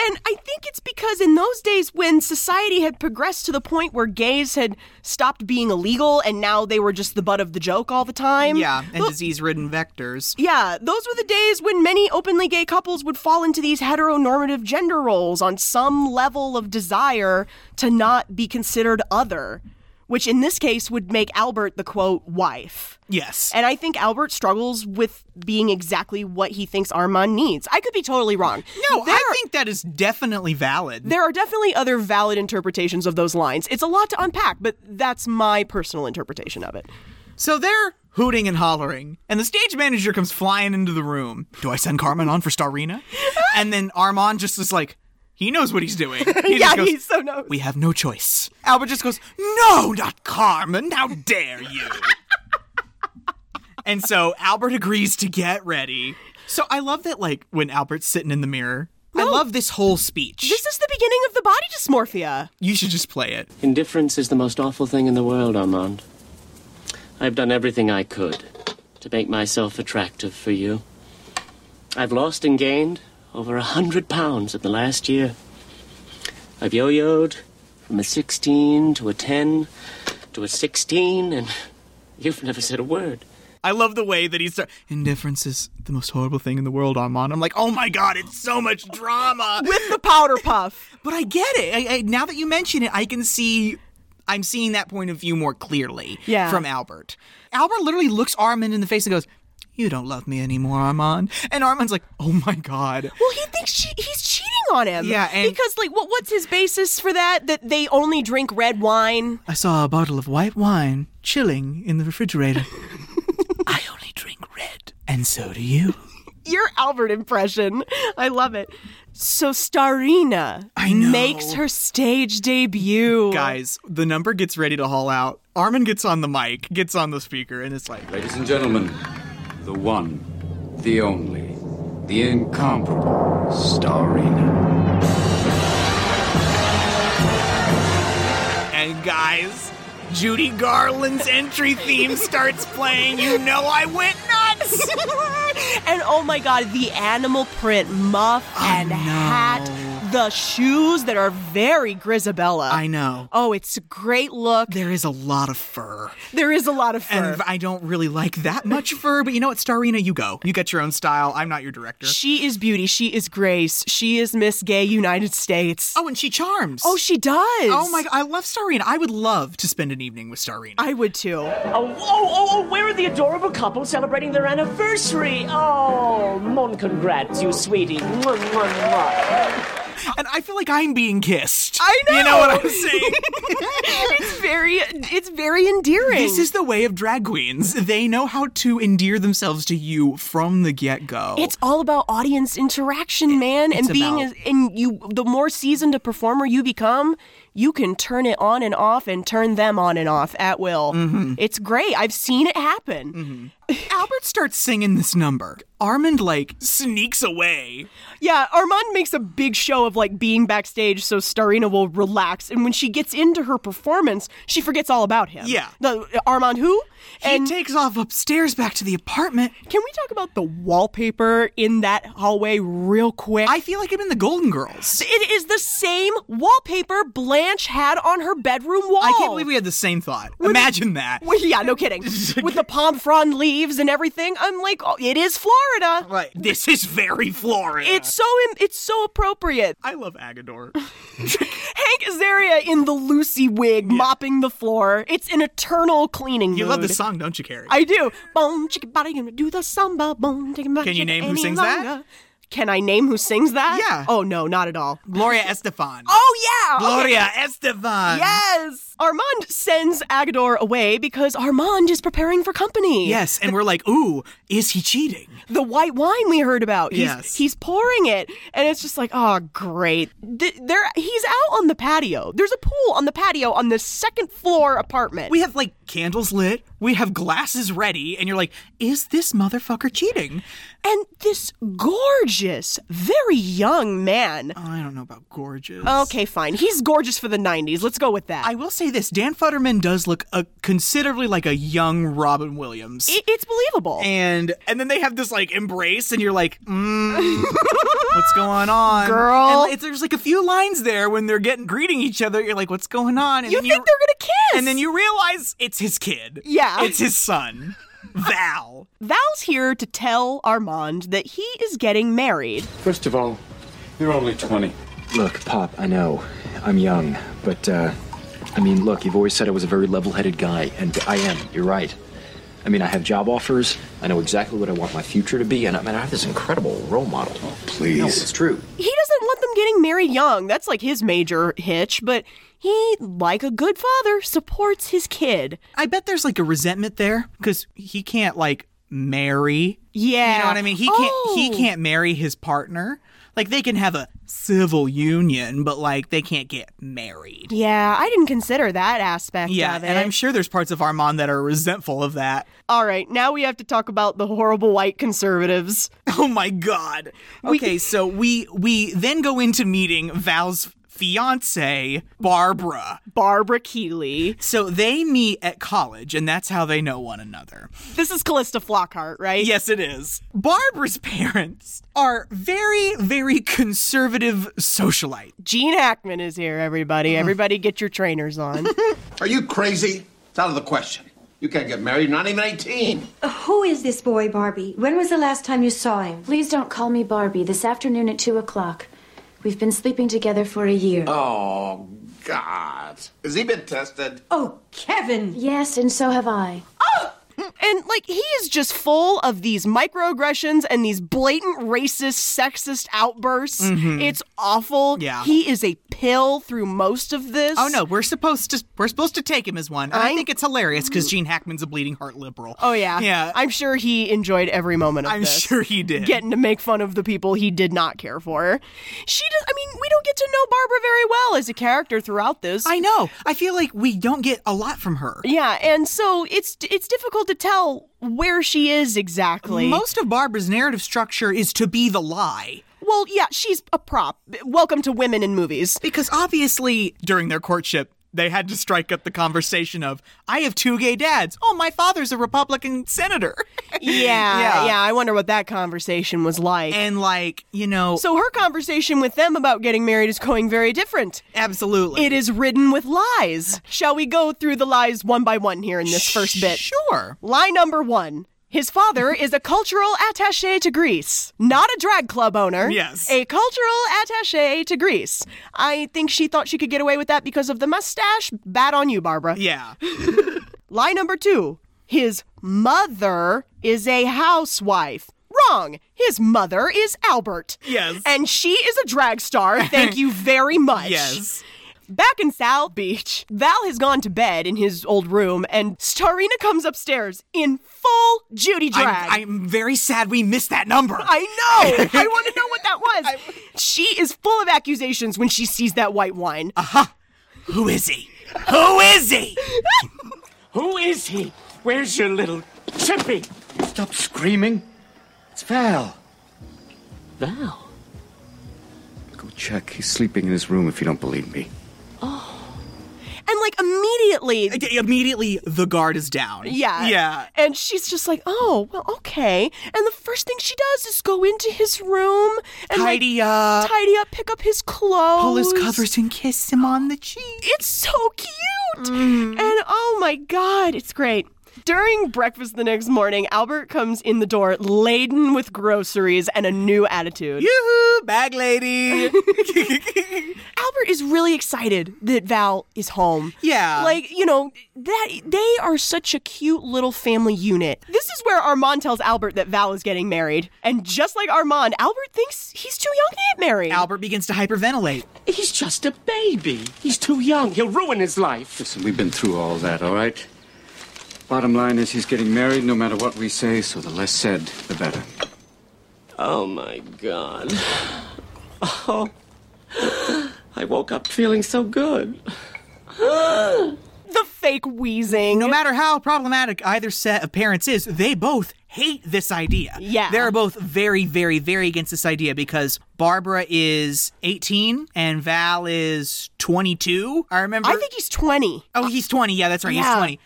Speaker 2: And I think it's because in those days when society had progressed to the point where gays had stopped being illegal and now they were just the butt of the joke all the time.
Speaker 1: yeah, and
Speaker 2: Look-
Speaker 1: disease-ridden vectors.
Speaker 2: Mm-hmm. Yeah, those were the days when many openly gay couples would fall into these heteronormative gender roles on some level of desire to not be considered other, which in this case would make Albert the quote wife.
Speaker 1: Yes.
Speaker 2: And I think Albert struggles with being exactly what he thinks Armand needs. I could be totally wrong.
Speaker 1: No, I think that is definitely valid.
Speaker 2: There are definitely other valid interpretations of those lines. It's a lot to unpack, but that's my personal interpretation of it.
Speaker 1: So they're hooting and hollering, and the stage manager comes flying into the room. Do I send Carmen on for Starina? and then Armand just is like, he knows what he's doing. He
Speaker 2: yeah,
Speaker 1: just goes,
Speaker 2: he's so no.
Speaker 1: we have no choice. Albert just goes, no, not Carmen. How dare you? and so Albert agrees to get ready. So I love that, like, when Albert's sitting in the mirror, I love this whole speech.
Speaker 2: This is the beginning of the body dysmorphia.
Speaker 1: You should just play it.
Speaker 13: Indifference is the most awful thing in the world, Armand. I've done everything I could to make myself attractive for you. I've lost and gained over a hundred pounds in the last year. I've yo yoed from a 16 to a 10 to a 16, and you've never said a word.
Speaker 1: I love the way that he's. Indifference is the most horrible thing in the world, Armand. I'm like, oh my god, it's so much drama
Speaker 2: with the powder puff.
Speaker 1: but I get it. I, I, now that you mention it, I can see. I'm seeing that point of view more clearly.
Speaker 2: Yeah.
Speaker 1: From Albert, Albert literally looks Armand in the face and goes, "You don't love me anymore, Armand." And Armand's like, "Oh my god."
Speaker 2: Well, he thinks she, he's cheating on him.
Speaker 1: Yeah, and-
Speaker 2: because like, what what's his basis for that? That they only drink red wine.
Speaker 1: I saw a bottle of white wine chilling in the refrigerator. I only drink red, and so do you.
Speaker 2: Your Albert impression, I love it. So Starina makes her stage debut.
Speaker 1: Guys, the number gets ready to haul out. Armand gets on the mic, gets on the speaker, and it's like,
Speaker 6: Ladies and gentlemen, the one, the only, the incomparable Starina.
Speaker 1: And guys, Judy Garland's entry theme starts playing. You know I went nuts.
Speaker 2: and oh my god, the animal print muff and hat, the shoes that are very Grisabella.
Speaker 1: I know.
Speaker 2: Oh, it's a great look.
Speaker 1: There is a lot of fur.
Speaker 2: There is a lot of fur.
Speaker 1: And I don't really like that much fur, but you know what, Starina, you go. You get your own style. I'm not your director.
Speaker 2: she is beauty. She is grace. She is Miss Gay United States.
Speaker 1: Oh, and she charms.
Speaker 2: Oh, she does.
Speaker 1: Oh my! I love Starina. I would love to spend an evening with Starina.
Speaker 2: I would too.
Speaker 13: Oh, oh, oh, oh, where are the adorable couple celebrating their anniversary? Oh, mon congrats, you sweetie. Mwah, mwah, mwah.
Speaker 1: And I feel like I'm being kissed.
Speaker 2: I know.
Speaker 1: You know what I'm saying?
Speaker 2: it's very, it's very endearing.
Speaker 1: this is the way of drag queens. They know how to endear themselves to you from the get go.
Speaker 2: It's all about audience interaction, man, and
Speaker 1: it's
Speaker 2: being
Speaker 1: about-
Speaker 2: as and you the more seasoned a performer you become, you can turn it on and off and turn them on and off at will. It's great. I've seen it happen. Mm-hmm.
Speaker 1: Albert starts singing this number. Armand like sneaks away.
Speaker 2: Yeah, Armand makes a big show of like being backstage so Starina will relax and when she gets into her performance, she forgets all about him.
Speaker 1: Yeah.
Speaker 2: The Armand who? And
Speaker 1: he takes off upstairs back to the apartment.
Speaker 2: can we talk about the wallpaper in that hallway real quick?
Speaker 1: I feel like I'm in the Golden Girls.
Speaker 2: It is the same wallpaper Blanche had on her bedroom wall.
Speaker 1: I can't believe we had the same thought. Imagine that.
Speaker 2: Well, yeah, no kidding. With the palm frond leaves and everything, I'm like, oh, it is Florida.
Speaker 1: Right. This is very Florida.
Speaker 2: It's so im- it's so appropriate.
Speaker 1: I love Agador.
Speaker 2: Hank Azaria in the Lucy wig, mopping the floor. It's an eternal cleaning.
Speaker 1: You
Speaker 2: mood.
Speaker 1: love this song, don't you, Carrie?
Speaker 2: I do. Bone chicken body, gonna do the samba. Bone chicken body.
Speaker 1: Can you
Speaker 2: chicken
Speaker 1: name who
Speaker 2: any
Speaker 1: sings
Speaker 2: longer.
Speaker 1: that?
Speaker 2: Can I name who sings that?
Speaker 1: Yeah.
Speaker 2: Oh no, not at all.
Speaker 1: Gloria Estefan.
Speaker 2: Oh yeah.
Speaker 1: Gloria
Speaker 2: okay.
Speaker 1: Estefan.
Speaker 2: Yes. Armand sends Agador away because Armand is preparing for company.
Speaker 1: Yes, and we're like, ooh, is he cheating?
Speaker 2: The white wine we heard about. He's,
Speaker 1: Yes.
Speaker 2: He's pouring it, and it's just like, oh great. Th- there, he's out on the patio. There's a pool on the patio on the second floor apartment.
Speaker 1: We have like candles lit, we have glasses ready, and you're like, is this motherfucker cheating?
Speaker 2: And this gorgeous, very young man.
Speaker 1: I don't know about gorgeous.
Speaker 2: Okay, fine. He's gorgeous for the 90s. Let's go with that.
Speaker 1: I will say this Dan Futterman does look uh considerably like a young Robin Williams.
Speaker 2: It- it's believable.
Speaker 1: and and then they have this like embrace, and you're like, mm, what's going on,
Speaker 2: Girl.
Speaker 1: And it's, there's like a few lines there when they're getting greeting each other. You're like, what's going on? And
Speaker 2: you
Speaker 1: then
Speaker 2: think they're going to kiss.
Speaker 1: and then you realize it's his kid.
Speaker 2: Yeah.
Speaker 1: it's his son, Val.
Speaker 2: Val's here to tell Armand that he is getting married.
Speaker 14: First of all, you're only 20. Look, Pop, I know. I'm young, but, uh, I mean, look, you've always said I was a very level headed guy, and I am. You're right. I mean, I have job offers, I know exactly what I want my future to be, and I mean, I have this incredible role model. Oh, please. No, it's true.
Speaker 2: He doesn't want them getting married young. That's like his major hitch, but he, like a good father, supports his kid.
Speaker 1: I bet there's like a resentment there because he can't like marry.
Speaker 2: Yeah.
Speaker 1: You know what I mean? He
Speaker 2: Oh.
Speaker 1: can't he can't marry his partner. Like they can have a civil union, but like they can't get married.
Speaker 2: Yeah, I didn't consider that aspect
Speaker 1: Yeah,
Speaker 2: of it.
Speaker 1: and I'm sure there's parts of Armand that are resentful of that.
Speaker 2: All right, now we have to talk about the horrible white conservatives.
Speaker 1: Oh my god. Okay, so we we then go into meeting Val's fiance, Barbara.
Speaker 2: Barbara Keeley.
Speaker 1: So they meet at college and that's how they know one another.
Speaker 2: This is Callista Flockhart, right?
Speaker 1: Yes, it is. Barbara's parents are very, very conservative socialite.
Speaker 2: Gene Hackman is here, everybody.
Speaker 1: Mm-hmm.
Speaker 2: Everybody get your trainers on.
Speaker 4: Are you crazy? It's out of the question. You can't get married, not even 18.
Speaker 7: Who is this boy, Barbie? When was the last time you saw him?
Speaker 5: Please don't call me Barbie this afternoon at 2 o'clock. We've been sleeping together for a year.
Speaker 4: Oh, God. Has he been tested?
Speaker 5: Oh, Kevin! Yes, and so have I.
Speaker 2: and like he is just full of these microaggressions and these blatant racist, sexist outbursts.
Speaker 1: Mhm.
Speaker 2: It's awful.
Speaker 1: Yeah.
Speaker 2: He is a pill through most of this.
Speaker 1: Oh no, we're supposed to we're supposed to take him as one. And I, think it's hilarious because Gene Hackman's a bleeding heart liberal.
Speaker 2: Oh yeah.
Speaker 1: yeah.
Speaker 2: I'm sure he enjoyed every moment of
Speaker 1: I'm
Speaker 2: this.
Speaker 1: sure he did.
Speaker 2: Getting to make fun of the people he did not care for. She does I mean, we don't get to know Barbara very well as a character throughout this.
Speaker 1: I know. I feel like we don't get a lot from her.
Speaker 2: Yeah, and so it's it's difficult to tell where she is exactly.
Speaker 1: Most of Barbara's narrative structure is to be the lie.
Speaker 2: well, yeah, she's a prop. Welcome to women in movies.
Speaker 1: Because obviously, during their courtship, they had to strike up the conversation of, I have two gay dads. Oh, my father's a Republican senator.
Speaker 2: Yeah,
Speaker 1: Yeah.
Speaker 2: yeah, I wonder what that conversation was like.
Speaker 1: and like, you know,
Speaker 2: so her conversation with them about getting married is going very different.
Speaker 1: absolutely.
Speaker 2: It is ridden with lies. Shall we go through the lies one by one here in this first bit?
Speaker 1: Sure.
Speaker 2: Lie number one. His father is a cultural attache to Greece, not a drag club owner.
Speaker 1: Yes.
Speaker 2: A cultural attache to Greece. I think she thought she could get away with that because of the mustache. Bad on you, Barbara.
Speaker 1: Yeah.
Speaker 2: Lie number two his mother is a housewife. Wrong. His mother is Albert.
Speaker 1: Yes.
Speaker 2: And she is a drag star. Thank you very much.
Speaker 1: Yes.
Speaker 2: Back in South Beach, Val has gone to bed in his old room, and Starina comes upstairs in full Judy drag.
Speaker 1: I'm, I'm very sad we missed that number.
Speaker 2: I know. I want to know what that was. She is full of accusations when she sees that white wine.
Speaker 1: Ah. Who is he? Who is he?
Speaker 8: Who is he? Where's your little chippy?
Speaker 6: Stop screaming. It's Val.
Speaker 8: Val.
Speaker 14: Go check. He's sleeping in his room if you don't believe me.
Speaker 2: And like immediately,
Speaker 1: Immediately, the guard is down.
Speaker 2: Yeah.
Speaker 1: Yeah.
Speaker 2: And she's just like, oh, well, okay. And the first thing she does is go into his room and like,
Speaker 1: Tidy up.
Speaker 2: tidy up, pick up his clothes.
Speaker 1: Pull his covers and kiss him on the cheek. Mm.
Speaker 2: It's so cute. And oh my God, it's great. During breakfast the next morning, Albert comes in the door laden with groceries and a new attitude.
Speaker 1: Yoo-hoo, bag lady.
Speaker 2: Albert is really excited that Val is home.
Speaker 1: Yeah.
Speaker 2: Like, you know, that they are such a cute little family unit. This is where Armand tells Albert that Val is getting married. And just like Armand, Albert thinks he's too young to get married.
Speaker 1: Albert begins to hyperventilate.
Speaker 11: He's just a baby. He's too young. He'll ruin his life.
Speaker 15: Listen, we've been through all that, all right? Bottom line is he's getting married no matter what we say, so the less said, the better.
Speaker 11: Oh my god. Oh. I woke up feeling so good.
Speaker 2: the fake wheezing.
Speaker 1: No matter how problematic either set of parents is, they both hate this idea.
Speaker 2: Yeah.
Speaker 1: They're both very, very, very against this idea because Barbara is 18 and Val is 22. I remember.
Speaker 2: I think he's 20.
Speaker 1: Oh, he's 20. Yeah, that's right.
Speaker 2: Yeah.
Speaker 1: He's 20.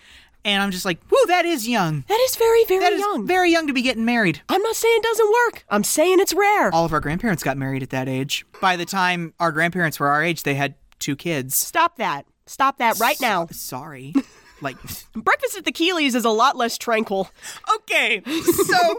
Speaker 1: And I'm just like, whoo, that is young.
Speaker 2: That is very, very
Speaker 1: That is
Speaker 2: young.
Speaker 1: very young to be getting married.
Speaker 2: I'm not saying it doesn't work. I'm saying it's rare.
Speaker 1: All of our grandparents got married at that age. By the time our grandparents were our age, they had two kids.
Speaker 2: Stop that. Stop that right now.
Speaker 1: Sorry. Like,
Speaker 2: Breakfast at the Keelys is a lot less tranquil.
Speaker 1: okay, so.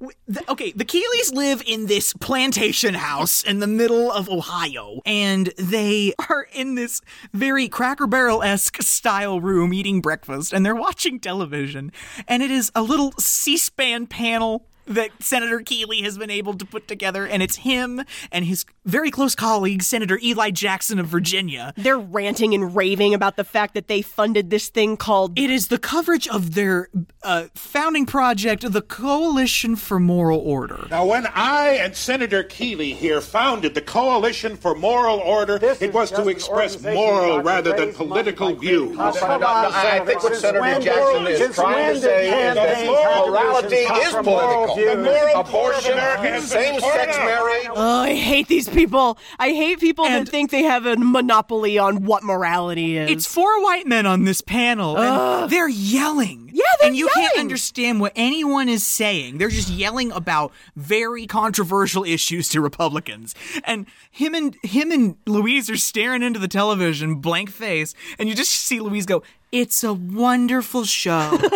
Speaker 1: w- the- Okay, the Keeleys live in this plantation house in the middle of Ohio, and they are in this very Cracker Barrel esque style room eating breakfast, and they're watching television. And it is a little C SPAN panel that Senator Keeley has been able to put together, and it's him and his very close colleague, Senator Eli Jackson of Virginia.
Speaker 2: They're ranting and raving about the fact that they funded this thing called
Speaker 1: It is the coverage of their uh, founding project, the Coalition for Moral Order.
Speaker 16: Now, when I and Senator Keeley here founded the Coalition for Moral Order, it was to express moral rather than political views.
Speaker 4: I I think what Senator Jackson is trying to say is that morality is political. Abortion, same-sex marriage.
Speaker 2: Oh, I hate these people. I hate people that think they have a monopoly on what morality is.
Speaker 1: It's four white men on this panel, and
Speaker 2: Ugh.
Speaker 1: they're yelling.
Speaker 2: Yeah, they're
Speaker 1: And you can't
Speaker 2: yelling.
Speaker 1: understand what anyone is saying. They're just yelling about very controversial issues to Republicans. And him and him and Louise are staring into the television, blank face, and you just see Louise go, "It's a wonderful show." and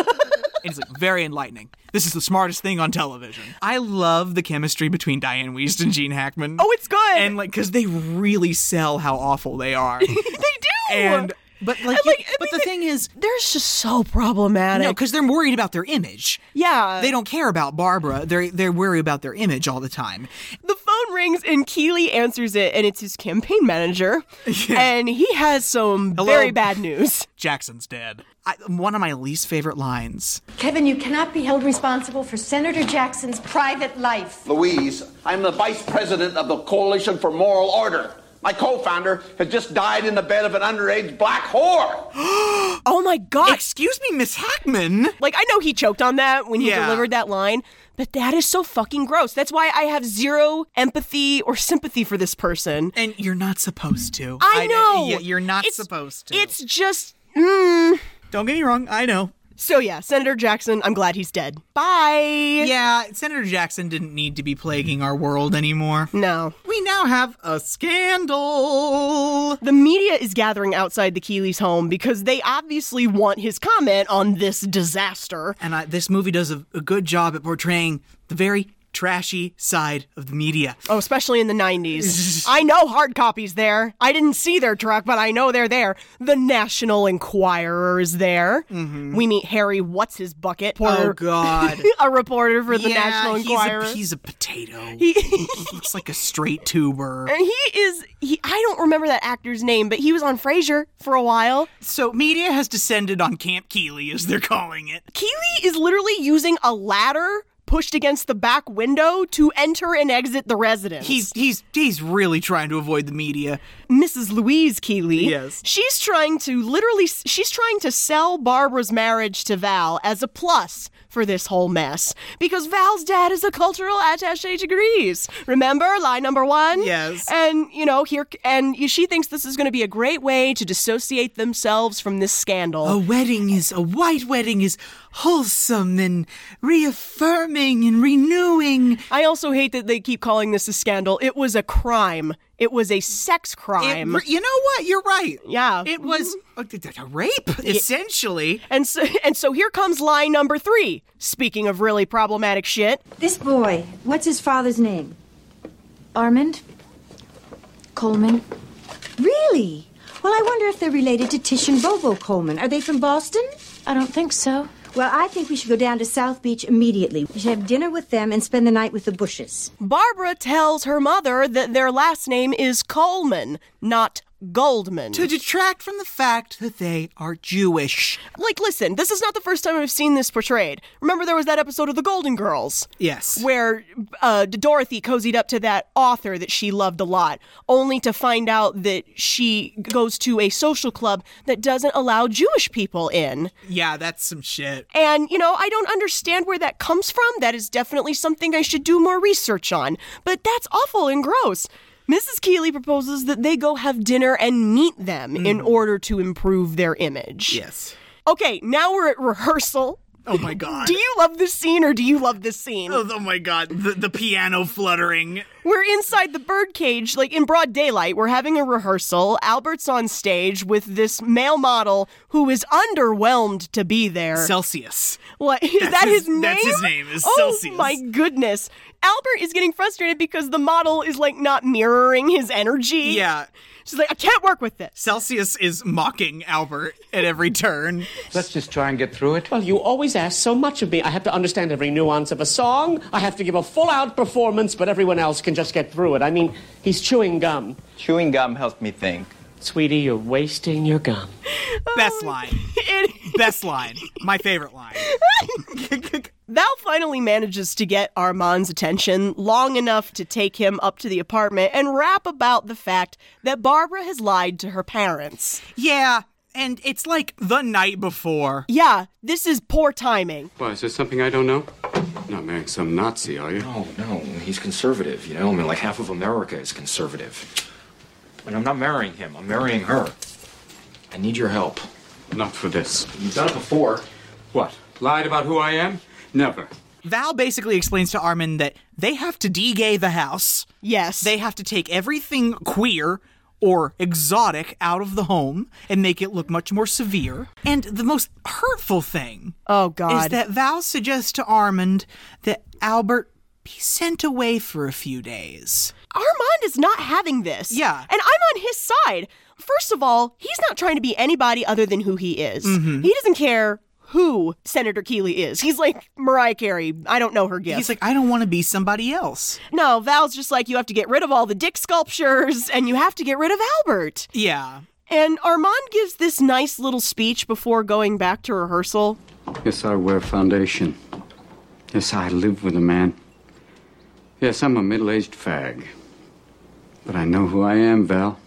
Speaker 1: it's like very enlightening. This is the smartest thing on television. I love the chemistry between Diane Weist and Gene Hackman.
Speaker 2: Oh, it's good.
Speaker 1: And like, because they really sell how awful they are.
Speaker 2: they do.
Speaker 1: and but like, you- but the thing is
Speaker 2: they're just so problematic.
Speaker 1: no because they're worried about their image
Speaker 2: yeah,
Speaker 1: they don't care about barbara they're they're worried about their image all the time
Speaker 2: The phone rings and Keeley answers it, and it's his campaign manager, and he has some
Speaker 1: Hello?
Speaker 2: very bad news.
Speaker 1: jackson's dead I, one of my least favorite lines
Speaker 7: Kevin, you cannot be held responsible for Senator Jackson's private life.
Speaker 4: Louise, I'm the vice president of the Coalition for Moral Order. My co-founder has just died in the bed of an underage black whore.
Speaker 2: Oh my god!
Speaker 1: excuse me miss hackman
Speaker 2: Like I know he choked on that when he
Speaker 1: Yeah.
Speaker 2: delivered that line, but that is so fucking gross. That's why I have zero empathy or sympathy for this person.
Speaker 1: and you're not supposed to
Speaker 2: I know.
Speaker 1: y- you're not
Speaker 2: It's-
Speaker 1: supposed to
Speaker 2: It's just. Mm.
Speaker 1: don't get me wrong i know
Speaker 2: So yeah, Senator Jackson, I'm glad he's dead. Bye.
Speaker 1: yeah senator jackson didn't need to be plaguing our world anymore
Speaker 2: No.
Speaker 1: we now have a scandal
Speaker 2: The media is gathering outside the Keeley's home because they obviously want his comment on this disaster.
Speaker 1: and I, this movie does a, a good job at portraying the very trashy side of the media
Speaker 2: Oh, especially in the 90s. I know hard copies there. I didn't see their truck, but I know they're there. The National Enquirer is there. We meet Harry What's His Bucket.
Speaker 1: Mm-hmm. Oh
Speaker 2: or-
Speaker 1: God!
Speaker 2: a reporter for the
Speaker 1: yeah,
Speaker 2: National
Speaker 1: he's a-
Speaker 2: Enquirer.
Speaker 1: He's a, potato. He looks like a straight tuber.
Speaker 2: and he is he I don't remember that actor's name, but he was on Frasier for a while.
Speaker 1: So media has descended on Camp Keeley, as they're calling it.
Speaker 2: Keeley is literally using a ladder pushed against the back window to enter and exit the residence.
Speaker 1: He's he's he's really trying to avoid the media.
Speaker 2: Mrs. Louise Keeley.
Speaker 1: Yes.
Speaker 2: She's trying to literally she's trying to sell Barbara's marriage to Val as a plus for this whole mess because Val's dad is a cultural attaché to Greece. Remember lie number 1?
Speaker 1: Yes.
Speaker 2: And you know, here and she thinks this is going to be a great way to dissociate themselves from this scandal.
Speaker 1: A wedding is a white wedding is wholesome and reaffirming and renewing.
Speaker 2: I also hate that they keep calling this a scandal. It was a crime. It was a sex
Speaker 1: It
Speaker 2: crime.
Speaker 1: re- you know what? You're right.
Speaker 2: Yeah.
Speaker 1: It was a, a rape, essentially.
Speaker 2: And so, and so here comes lie number three. Speaking of really problematic shit.
Speaker 7: This boy, what's his father's name?
Speaker 5: Armand? Coleman?
Speaker 7: Really? Well, I wonder if they're related to Tish and Bobo Coleman. Are they from Boston?
Speaker 5: I don't think so.
Speaker 7: Well, I think we should go down to South Beach immediately. We should have dinner with them and spend the night with the Bushes.
Speaker 2: Barbara tells her mother that their last name is Coleman, not Goldman.
Speaker 1: To detract from the fact that they are Jewish.
Speaker 2: Like, listen, this is not the first time I've seen this portrayed. Remember, there was that episode of The Golden Girls?
Speaker 1: Yes.
Speaker 2: Where uh, Dorothy cozied up to that author that she loved a lot, only to find out that she goes to a social club that doesn't allow Jewish people in.
Speaker 1: Yeah, that's some shit.
Speaker 2: And, you know, I don't understand where that comes from. That is definitely something I should do more research on. But that's awful and gross. Mrs. Keeley proposes that they go have dinner and meet them in order to improve their image.
Speaker 1: Yes.
Speaker 2: Okay, now we're at rehearsal.
Speaker 1: Oh my god.
Speaker 2: Do you love this scene or do you love this scene?
Speaker 1: Oh, oh my god, the, the piano fluttering.
Speaker 2: We're inside the birdcage, like in broad daylight. We're having a rehearsal. Albert's on stage with this male model who is underwhelmed to be there.
Speaker 1: Celsius.
Speaker 2: What is
Speaker 1: That's
Speaker 2: that
Speaker 1: his-
Speaker 2: his, name?
Speaker 1: that's his name, is
Speaker 2: oh,
Speaker 1: Celsius.
Speaker 2: my goodness. Albert is getting frustrated because the model is like not mirroring his energy.
Speaker 1: Yeah.
Speaker 2: She's like, I can't work with this.
Speaker 1: Celsius is mocking Albert at every turn.
Speaker 6: Let's just try and get through it.
Speaker 17: Well, you always ask so much of me. I have to understand every nuance of a song. I have to give a full out performance, but everyone else can just get through it. I mean, he's chewing gum.
Speaker 12: Chewing gum helped me think.
Speaker 17: Sweetie, you're wasting your gum.
Speaker 1: Best line. Best line. My favorite line.
Speaker 2: Val finally manages to get Armand's attention long enough to take him up to the apartment and rap about the fact that Barbara has lied to her parents.
Speaker 1: Yeah, and it's like the night before.
Speaker 2: Yeah, this is poor timing.
Speaker 15: Why, is there something I don't know? You're not marrying some Nazi, are you?
Speaker 14: No, no, he's conservative, you know? I mean, like half of America is conservative. And I'm not marrying him, I'm marrying her. I need your help.
Speaker 15: Not for this.
Speaker 14: You've done it before.
Speaker 15: What? Lied about who I am? Never.
Speaker 1: Val basically explains to Armin that they have to de-gay the house.
Speaker 2: Yes.
Speaker 1: They have to take everything queer or exotic out of the home and make it look much more severe. And the most hurtful thing
Speaker 2: Oh, God.
Speaker 1: is that Val suggests to Armand that Albert be sent away for a few days.
Speaker 2: Armand is not having this.
Speaker 1: Yeah.
Speaker 2: And I'm on his side. First of all, he's not trying to be anybody other than who he is.
Speaker 1: Mm-hmm.
Speaker 2: He doesn't care who Senator Keeley is. He's like Mariah Carey. I don't know her gift.
Speaker 1: He's like, I don't want to be somebody else.
Speaker 2: no, Val's just like, you have to get rid of all the dick sculptures and you have to get rid of Albert.
Speaker 1: Yeah.
Speaker 2: And Armand gives this nice little speech before going back to rehearsal.
Speaker 15: Yes, I wear foundation. Yes, I live with a man. Yes, I'm a middle aged fag. But I know who I am, Val.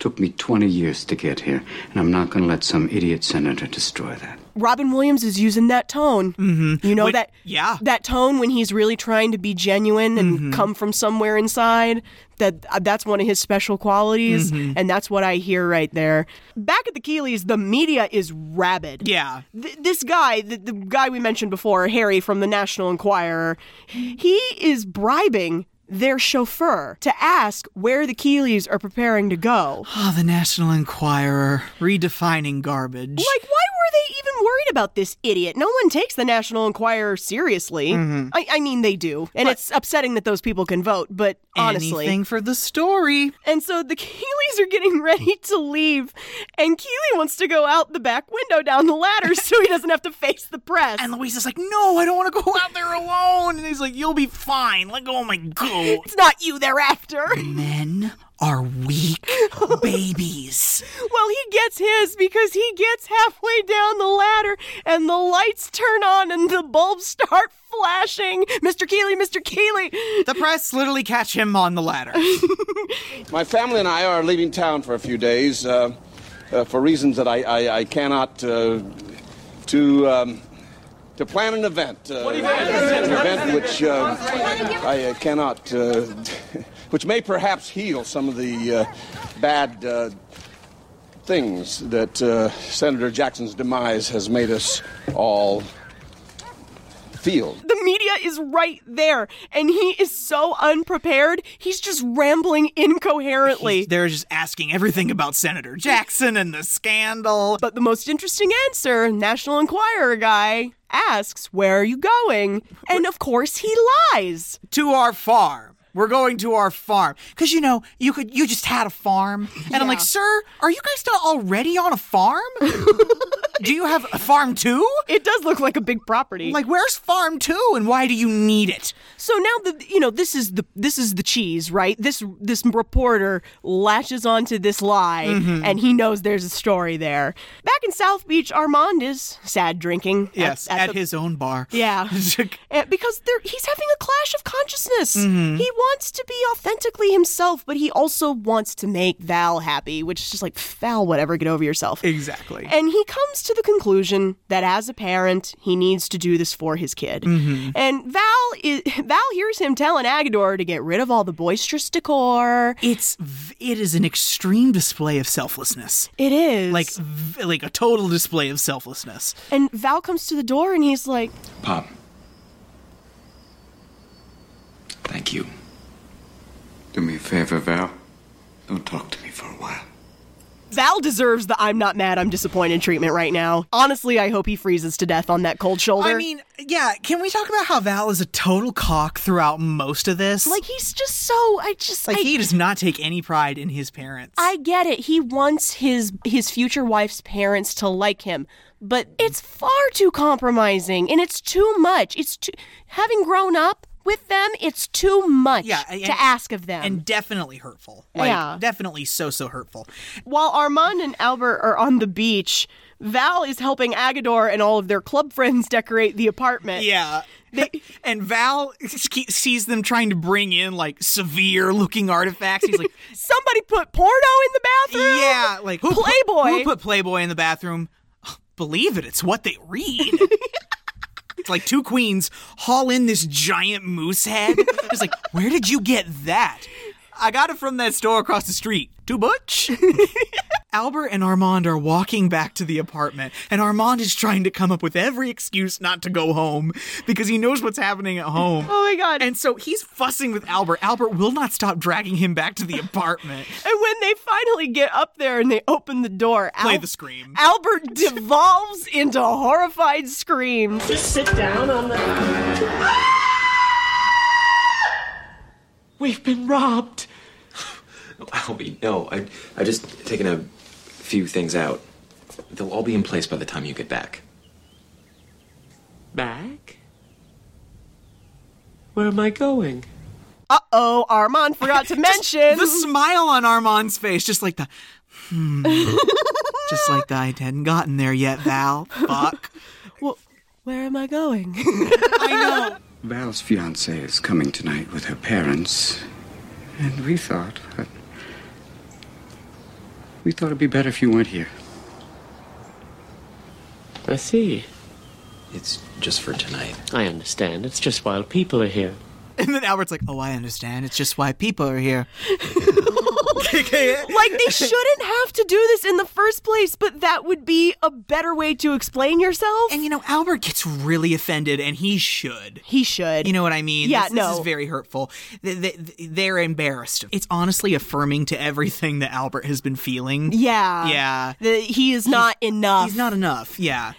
Speaker 15: Took me 20 years to get here, and I'm not going to let some idiot senator destroy that.
Speaker 2: Robin Williams is using that tone. Mm-hmm. You know
Speaker 1: When-
Speaker 2: that
Speaker 1: yeah. Mm-hmm.
Speaker 2: that tone when he's really trying to be genuine and come from somewhere inside. That uh, that's one of his special qualities,
Speaker 1: Mm-hmm.
Speaker 2: and that's what I hear right there. Back at the Keeleys, the media is rabid.
Speaker 1: Yeah.
Speaker 2: Th- this guy, the, the guy we mentioned before, Harry from the National Enquirer, he is bribing their chauffeur to ask where the Keeleys are preparing to go.
Speaker 1: Ah, the National Enquirer redefining garbage.
Speaker 2: Like, why were they even worried about this idiot? No one takes the National Enquirer seriously.
Speaker 1: Mm-hmm.
Speaker 2: I, I mean, they do. And it's upsetting that those people can vote, but honestly.
Speaker 1: Anything for the story.
Speaker 2: And so the Keeleys are getting ready to leave, and Keeley wants to go out the back window down the ladder so he doesn't have to face the press.
Speaker 1: And Louise is like, no, I don't want to go out there alone. And he's like, you'll be fine. Let go of my goat.
Speaker 2: it's not you they're after.
Speaker 1: Men are weak babies.
Speaker 2: Well, he gets his because he gets halfway down the ladder and the lights turn on and the bulbs start flashing. Mr. Keeley, Mr. Keeley.
Speaker 1: The press literally catch him on the ladder.
Speaker 18: My family and I are leaving town for a few days uh, uh, for reasons that I, I, I cannot uh, to um, to plan an event. Uh, an event which uh, I uh, cannot, uh, which may perhaps heal some of the uh, bad. Uh, Things that uh, Senator Jackson's demise has made us all feel.
Speaker 2: The media is right there, and he is so unprepared. He's just rambling incoherently.
Speaker 1: They're just asking everything about Senator Jackson and the scandal.
Speaker 2: But the most interesting answer, National Enquirer guy asks, Where are you going? And of course, he lies.
Speaker 1: To our farm. We're going to our farm because you know you could you just had a farm, and I'm like, sir, are you guys not already on a farm? do you have a farm too?
Speaker 2: It does look like a big property.
Speaker 1: Like, where's farm two, and why do you need it?
Speaker 2: So now the you know this is the this is the cheese, right? This this reporter latches onto this lie,
Speaker 1: Mhm.
Speaker 2: and he knows there's a story there. Back in South Beach, Armand is sad drinking. at-
Speaker 1: Yes, at,
Speaker 2: the-
Speaker 1: his own bar.
Speaker 2: Yeah, And Eh, because there, he's having a clash of consciousness.
Speaker 1: Mhm.
Speaker 2: He wants to be authentically himself, but he also wants to make Val happy, which is just like Val, whatever, get over
Speaker 1: Eh.
Speaker 2: yourself.
Speaker 1: Exactly.
Speaker 2: And he comes to the conclusion that as a parent, he needs to do this for his kid.
Speaker 1: Mhm.
Speaker 2: And Val, is, Val hears him telling Agador to get rid of all the boisterous decor.
Speaker 1: It's v- it is an extreme display of selflessness.
Speaker 2: It is
Speaker 1: like v- like a total display of selflessness.
Speaker 2: And Val comes to the door and he's like,
Speaker 14: Pop. Thank you.
Speaker 15: Do me a favor, Val. Don't talk to me for a while.
Speaker 2: Val deserves the I'm not mad, I'm disappointed treatment right now. Honestly, I hope he freezes to death on that cold shoulder.
Speaker 1: I mean, yeah. Can we talk about how Val is a total cock throughout most of this?
Speaker 2: like he's just so I just
Speaker 1: like
Speaker 2: I,
Speaker 1: he does not take any pride in his parents.
Speaker 2: I get it. He wants his his future wife's parents to like him, but it's far too compromising and it's too much. It's too having grown up with them, it's too much
Speaker 1: Yeah, and-
Speaker 2: to ask of them.
Speaker 1: and definitely hurtful. Like,
Speaker 2: Yeah.
Speaker 1: definitely so so hurtful.
Speaker 2: While Armand and Albert are on the beach, Val is helping Agador and all of their club friends decorate the apartment.
Speaker 1: Yeah. and Val ske- sees them trying to bring in like severe looking artifacts. He's like,
Speaker 2: Somebody put porno in the bathroom.
Speaker 1: yeah, like who put-
Speaker 2: Playboy.
Speaker 1: who put Playboy in the bathroom? Believe it, it's what they read. it's like two queens haul in this giant moose head. It's like, where did you get that? I got it from that store across the street. Too much? Albert and Armand are walking back to the apartment, and Armand is trying to come up with every excuse not to go home because he knows what's happening at home.
Speaker 2: Oh my god.
Speaker 1: And so he's fussing with Albert. Albert will not stop dragging him back to the apartment.
Speaker 2: And when they finally get up there and they open the door,
Speaker 1: Play
Speaker 2: Al-
Speaker 1: the scream.
Speaker 2: Albert devolves into horrified screams.
Speaker 17: Just sit down on the. We've been robbed.
Speaker 14: Albie, no. I I just taken a few things out. They'll all be in place by the time you get back.
Speaker 17: Back? Where am I going?
Speaker 2: Uh oh, Armand forgot to mention.
Speaker 1: the smile on Armand's face, just like the, hmm. just like the, I hadn't gotten there yet, Val. Fuck.
Speaker 2: well, where am I going?
Speaker 15: Val's fiance is coming tonight with her parents, and we thought that. We thought it'd be better if you weren't here.
Speaker 11: I see.
Speaker 14: It's just for tonight.
Speaker 11: I understand. It's just while people are here.
Speaker 1: And then Albert's like, oh, I understand. It's just why people are here.
Speaker 2: like they shouldn't have to do this in the first place, but that would be a better way to explain yourself.
Speaker 1: And you know, Albert gets really offended, and he should.
Speaker 2: He should.
Speaker 1: You know what I mean?
Speaker 2: Yeah,
Speaker 1: this, This
Speaker 2: no.
Speaker 1: is very hurtful. Th- th- They're embarrassed. It's honestly affirming to everything that Albert has been feeling.
Speaker 2: Yeah.
Speaker 1: Yeah.
Speaker 2: The- he is not enough.
Speaker 1: He's not enough. Yeah.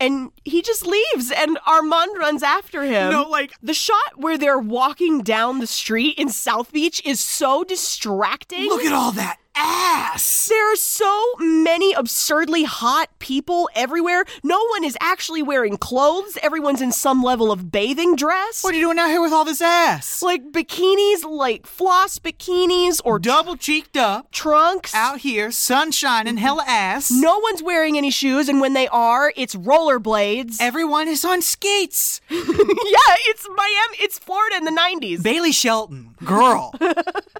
Speaker 2: and he just leaves and Armand runs after him.
Speaker 1: No, like-
Speaker 2: the shot where they're walking down the street in South Beach is so distracting.
Speaker 1: Look at all that ass.
Speaker 2: There are so many absurdly hot people everywhere. No one is actually wearing clothes. Everyone's in some level of bathing dress.
Speaker 1: What are you doing out here with all this ass?
Speaker 2: Like bikinis, like floss bikinis or
Speaker 1: Double cheeked up.
Speaker 2: trunks.
Speaker 1: Out here, sunshine and hella ass.
Speaker 2: No one's wearing any shoes, and when they are, it's rollerblades.
Speaker 1: Everyone is on skates.
Speaker 2: yeah, it's Miami, it's Florida in the 90s.
Speaker 1: Bailey Shelton, girl,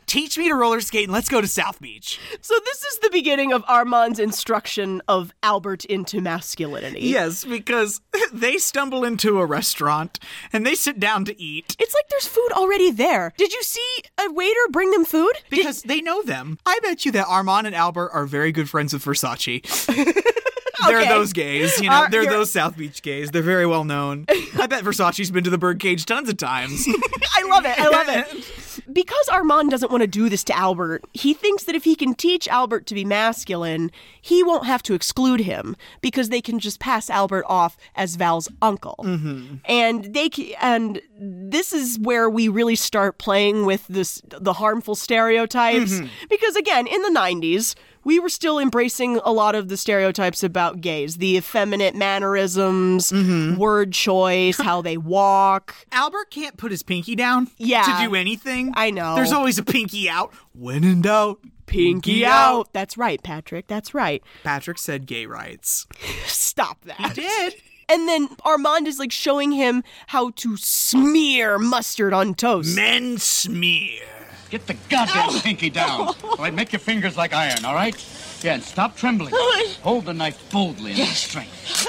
Speaker 1: teach me to roller skate and let's go to South Beach.
Speaker 2: So this is the beginning of Armand's instruction of Albert into masculinity.
Speaker 1: Yes, because they stumble into a restaurant and they sit down to eat
Speaker 2: It's like there's food already there. Did you see a waiter bring them food?
Speaker 1: because they know them. I bet you that Armand and Albert are very good friends with Versace. There are
Speaker 2: Okay.
Speaker 1: those gays, you know.
Speaker 2: Uh,
Speaker 1: there are
Speaker 2: you're-
Speaker 1: those South Beach gays. They're very well known. I bet Versace's been to the birdcage tons of times.
Speaker 2: I love it. I love it. Because Armand doesn't want to do this to Albert, he thinks that if he can teach Albert to be masculine, he won't have to exclude him because they can just pass Albert off as Val's uncle. And they ca- and this is where we really start playing with this the harmful stereotypes
Speaker 3: Mhm.
Speaker 2: because again, in the 90s, we were still embracing a lot of the stereotypes about gays, the effeminate mannerisms, word choice, how they walk.
Speaker 1: Albert can't put his pinky down
Speaker 2: yeah.
Speaker 1: to do anything.
Speaker 2: I know.
Speaker 1: There's always a pinky out. When in doubt,
Speaker 2: pinky out. That's right, Patrick. That's right.
Speaker 1: Patrick said gay rights.
Speaker 2: Stop that. He did. And then Armand is like showing him how to smear mustard on toast.
Speaker 1: Men smear.
Speaker 9: Get the goddamn pinky down. All right, make your fingers like iron, all right? Yeah, and stop trembling. Hold the knife boldly and with strength.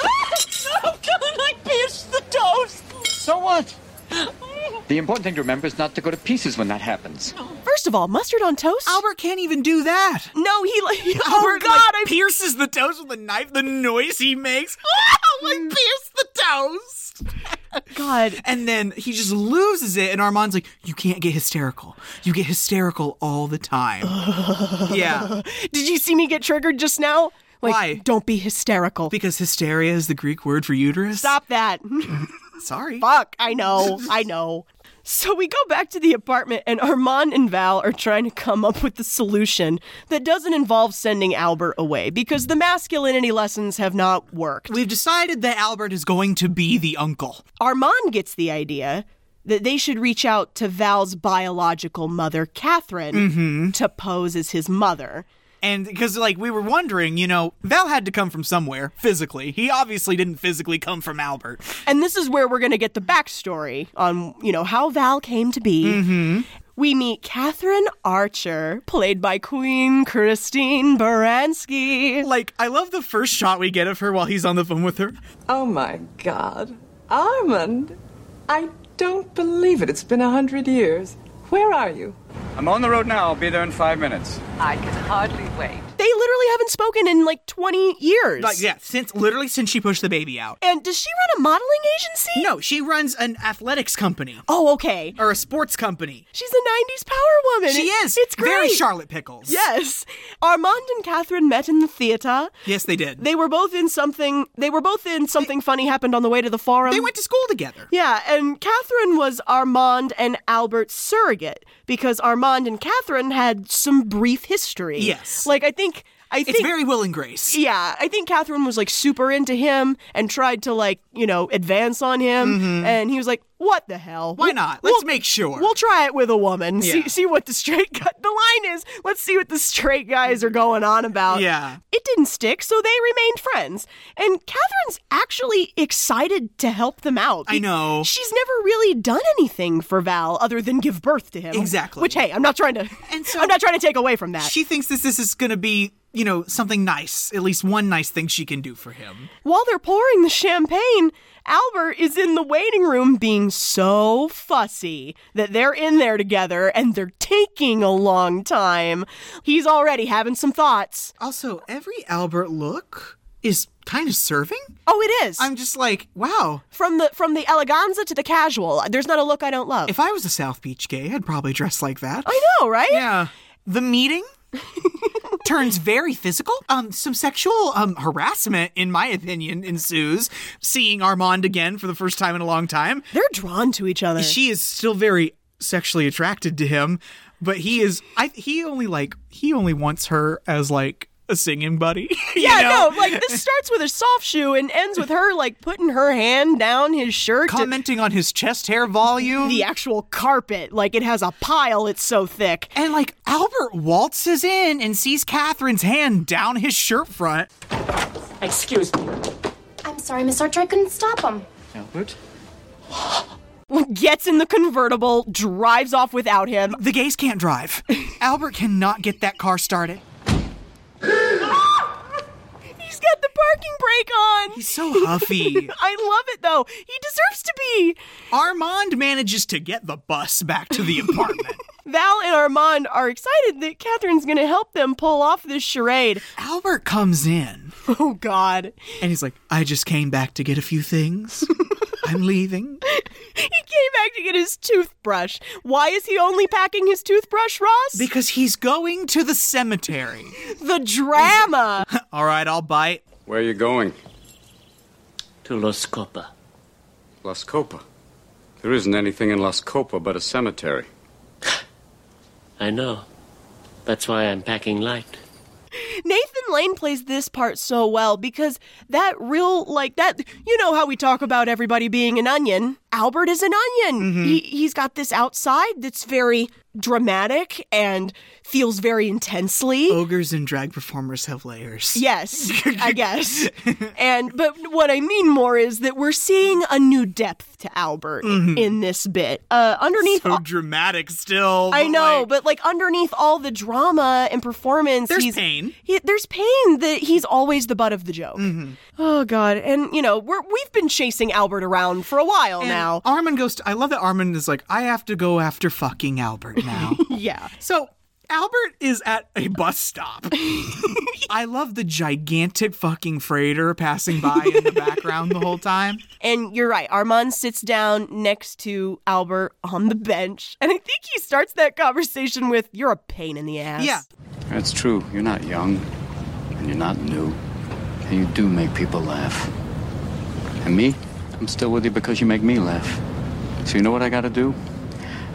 Speaker 3: How can I pierce the toast?
Speaker 9: So what?
Speaker 1: Oh.
Speaker 19: The important thing to remember is not to go to pieces when that happens.
Speaker 2: First of all, mustard on toast?
Speaker 1: Albert can't even do that.
Speaker 2: No, he like
Speaker 1: Albert,
Speaker 2: Oh
Speaker 1: like,
Speaker 2: god, I
Speaker 1: pierces the toast with a knife. The noise he makes. like pierce the toast.
Speaker 2: God.
Speaker 1: And then he just loses it, and Armand's like, "You can't get hysterical. You get hysterical all the time." yeah.
Speaker 2: Did you see me get triggered just now? Like,
Speaker 1: Why?
Speaker 2: Don't be hysterical.
Speaker 1: Because hysteria is the Greek word for uterus.
Speaker 2: Stop that.
Speaker 1: Sorry.
Speaker 2: Fuck, I know. I know. So we go back to the apartment, and Armand and Val are trying to come up with the solution that doesn't involve sending Albert away because the masculinity lessons have not worked.
Speaker 1: We've decided that Albert is going to be the uncle.
Speaker 2: Armand gets the idea that they should reach out to Val's biological mother, Catherine, to pose as his mother.
Speaker 1: And because, like, we were wondering, you know, Val had to come from somewhere physically. He obviously didn't physically come from Albert.
Speaker 2: And this is where we're going to get the backstory on, you know, how Val came to be.
Speaker 1: Mm-hmm.
Speaker 2: We meet Catherine Archer, played by Queen Christine Baranski.
Speaker 1: Like, I love the first shot we get of her while he's on the phone with her.
Speaker 20: Oh my God. Armand, I don't believe it. It's been a hundred years. Where are you?
Speaker 19: I'm on the road now. I'll be there in five minutes.
Speaker 20: I can hardly wait.
Speaker 2: They literally haven't spoken in like 20 years.
Speaker 1: Like, yeah, since literally since she pushed the baby out.
Speaker 2: And does she run a modeling agency?
Speaker 1: No, she runs an athletics company.
Speaker 2: Oh, okay.
Speaker 1: Or a sports company.
Speaker 2: She's a 90s power woman.
Speaker 1: She
Speaker 2: It-
Speaker 1: is.
Speaker 2: It's great.
Speaker 1: Very Charlotte Pickles.
Speaker 2: Yes. Armand and Catherine met in the theater.
Speaker 1: Yes, they did.
Speaker 2: They were both in something. They were both in something funny happened on the way to the forum.
Speaker 1: They went to school together.
Speaker 2: Yeah, and Catherine was Armand and Albert's surrogate because Armand and Catherine had some brief history.
Speaker 1: Yes.
Speaker 2: Like I think I
Speaker 1: It's
Speaker 2: think
Speaker 1: very Will and Grace.
Speaker 2: Yeah, I think Catherine was like super into him and tried to like, you know, advance on him and he was like, "What the hell?
Speaker 1: Mm-hmm. Why
Speaker 2: We'll-
Speaker 1: not? Let's
Speaker 2: we'll-
Speaker 1: make sure.
Speaker 2: We'll try it with a woman. See
Speaker 1: Yeah.
Speaker 2: see what the straight guy, the line is. Let's see what the straight guys are going on about."
Speaker 1: Yeah.
Speaker 2: It didn't stick, so they remained friends. And Catherine's actually excited to help them out.
Speaker 1: I know.
Speaker 2: She's never really done anything for Val other than give birth to him.
Speaker 1: Exactly.
Speaker 2: Which hey, I'm not trying to I'm not trying to take away from that.
Speaker 1: She thinks this, this is going to be, you know, something nice, at least one nice thing she can do for him.
Speaker 2: While they're pouring the champagne, Albert is in the waiting room being so fussy that they're in there together and they're taking a long time. He's already having some thoughts.
Speaker 1: Also, every Albert look is kind of serving.
Speaker 2: Oh, it is.
Speaker 1: I'm just like, wow.
Speaker 2: from the from the eleganza to the casual, there's not a look I don't love.
Speaker 1: If I was a South Beach gay, I'd probably dress like that.
Speaker 2: I know, right?
Speaker 1: Yeah. The meeting turns very physical. Um, some sexual um, harassment, in my opinion, ensues. Seeing Armand again for the first time in a long time.
Speaker 2: They're drawn to each other.
Speaker 1: She is still very sexually attracted to him, but he is. I he only like he only wants her as like a singing buddy. you
Speaker 2: yeah,
Speaker 1: know?
Speaker 2: no, like this starts with a soft shoe and ends with her like putting her hand down his shirt. to-
Speaker 1: commenting on his chest hair volume.
Speaker 2: the actual carpet. Like it has a pile, it's so thick.
Speaker 1: And like Albert waltzes in and sees Catherine's hand down his shirt front.
Speaker 17: Excuse me.
Speaker 5: I'm sorry, Miss Archer, I couldn't stop him.
Speaker 19: Albert?
Speaker 2: Gets in the convertible, drives off without him.
Speaker 1: The gays can't drive. Albert cannot get that car started.
Speaker 2: He's got the parking brake on.
Speaker 1: He's so huffy.
Speaker 2: I love it though. He deserves to be.
Speaker 1: Armand manages to get the bus back to the apartment.
Speaker 2: Val and Armand are excited that Catherine's going to help them pull off this charade.
Speaker 1: Albert comes in
Speaker 2: Oh God.
Speaker 1: And he's like, I just came back to get a few things. I'm leaving.
Speaker 2: He came back to get his toothbrush. Why is he only packing his toothbrush, Ross?
Speaker 1: Because he's going to the cemetery.
Speaker 2: The drama.
Speaker 1: All right, I'll bite.
Speaker 15: Where are you going?
Speaker 13: To Los Copa.
Speaker 15: Las Copa. There isn't anything in Las Copa but a cemetery.
Speaker 13: I know. That's why I'm packing light.
Speaker 2: Nathan Lane plays this part so well because that real, like that, you know how we talk about everybody being an onion. Albert is an onion. He, he's got this outside that's very dramatic and feels very intensely.
Speaker 1: Ogres and drag performers have layers.
Speaker 2: Yes, I guess. And but what I mean more is that we're seeing a new depth to Albert
Speaker 1: Mhm.
Speaker 2: in this bit. Uh, underneath,
Speaker 1: So dramatic still.
Speaker 2: I
Speaker 1: but,
Speaker 2: know,
Speaker 1: like,
Speaker 2: but like underneath all the drama and performance,
Speaker 1: There's
Speaker 2: he's,
Speaker 1: pain. Mm-hmm.
Speaker 2: He, there's pain that he's always the butt of the joke. Oh God! And you know, we're, we've been chasing Albert around for a while now.
Speaker 1: Armin goes to, I love that Armin is like, I have to go after fucking Albert now.
Speaker 2: yeah.
Speaker 1: So Albert is at a bus stop. I love the gigantic fucking freighter passing by in the background the whole time.
Speaker 2: And you're right. Armand sits down next to Albert on the bench, and I think he starts that conversation with "You're a pain in the ass."
Speaker 1: Yeah.
Speaker 15: That's true. You're not young, and you're not new, and you do make people laugh. And me, I'm still with you because you make me laugh. So you know what I gotta do?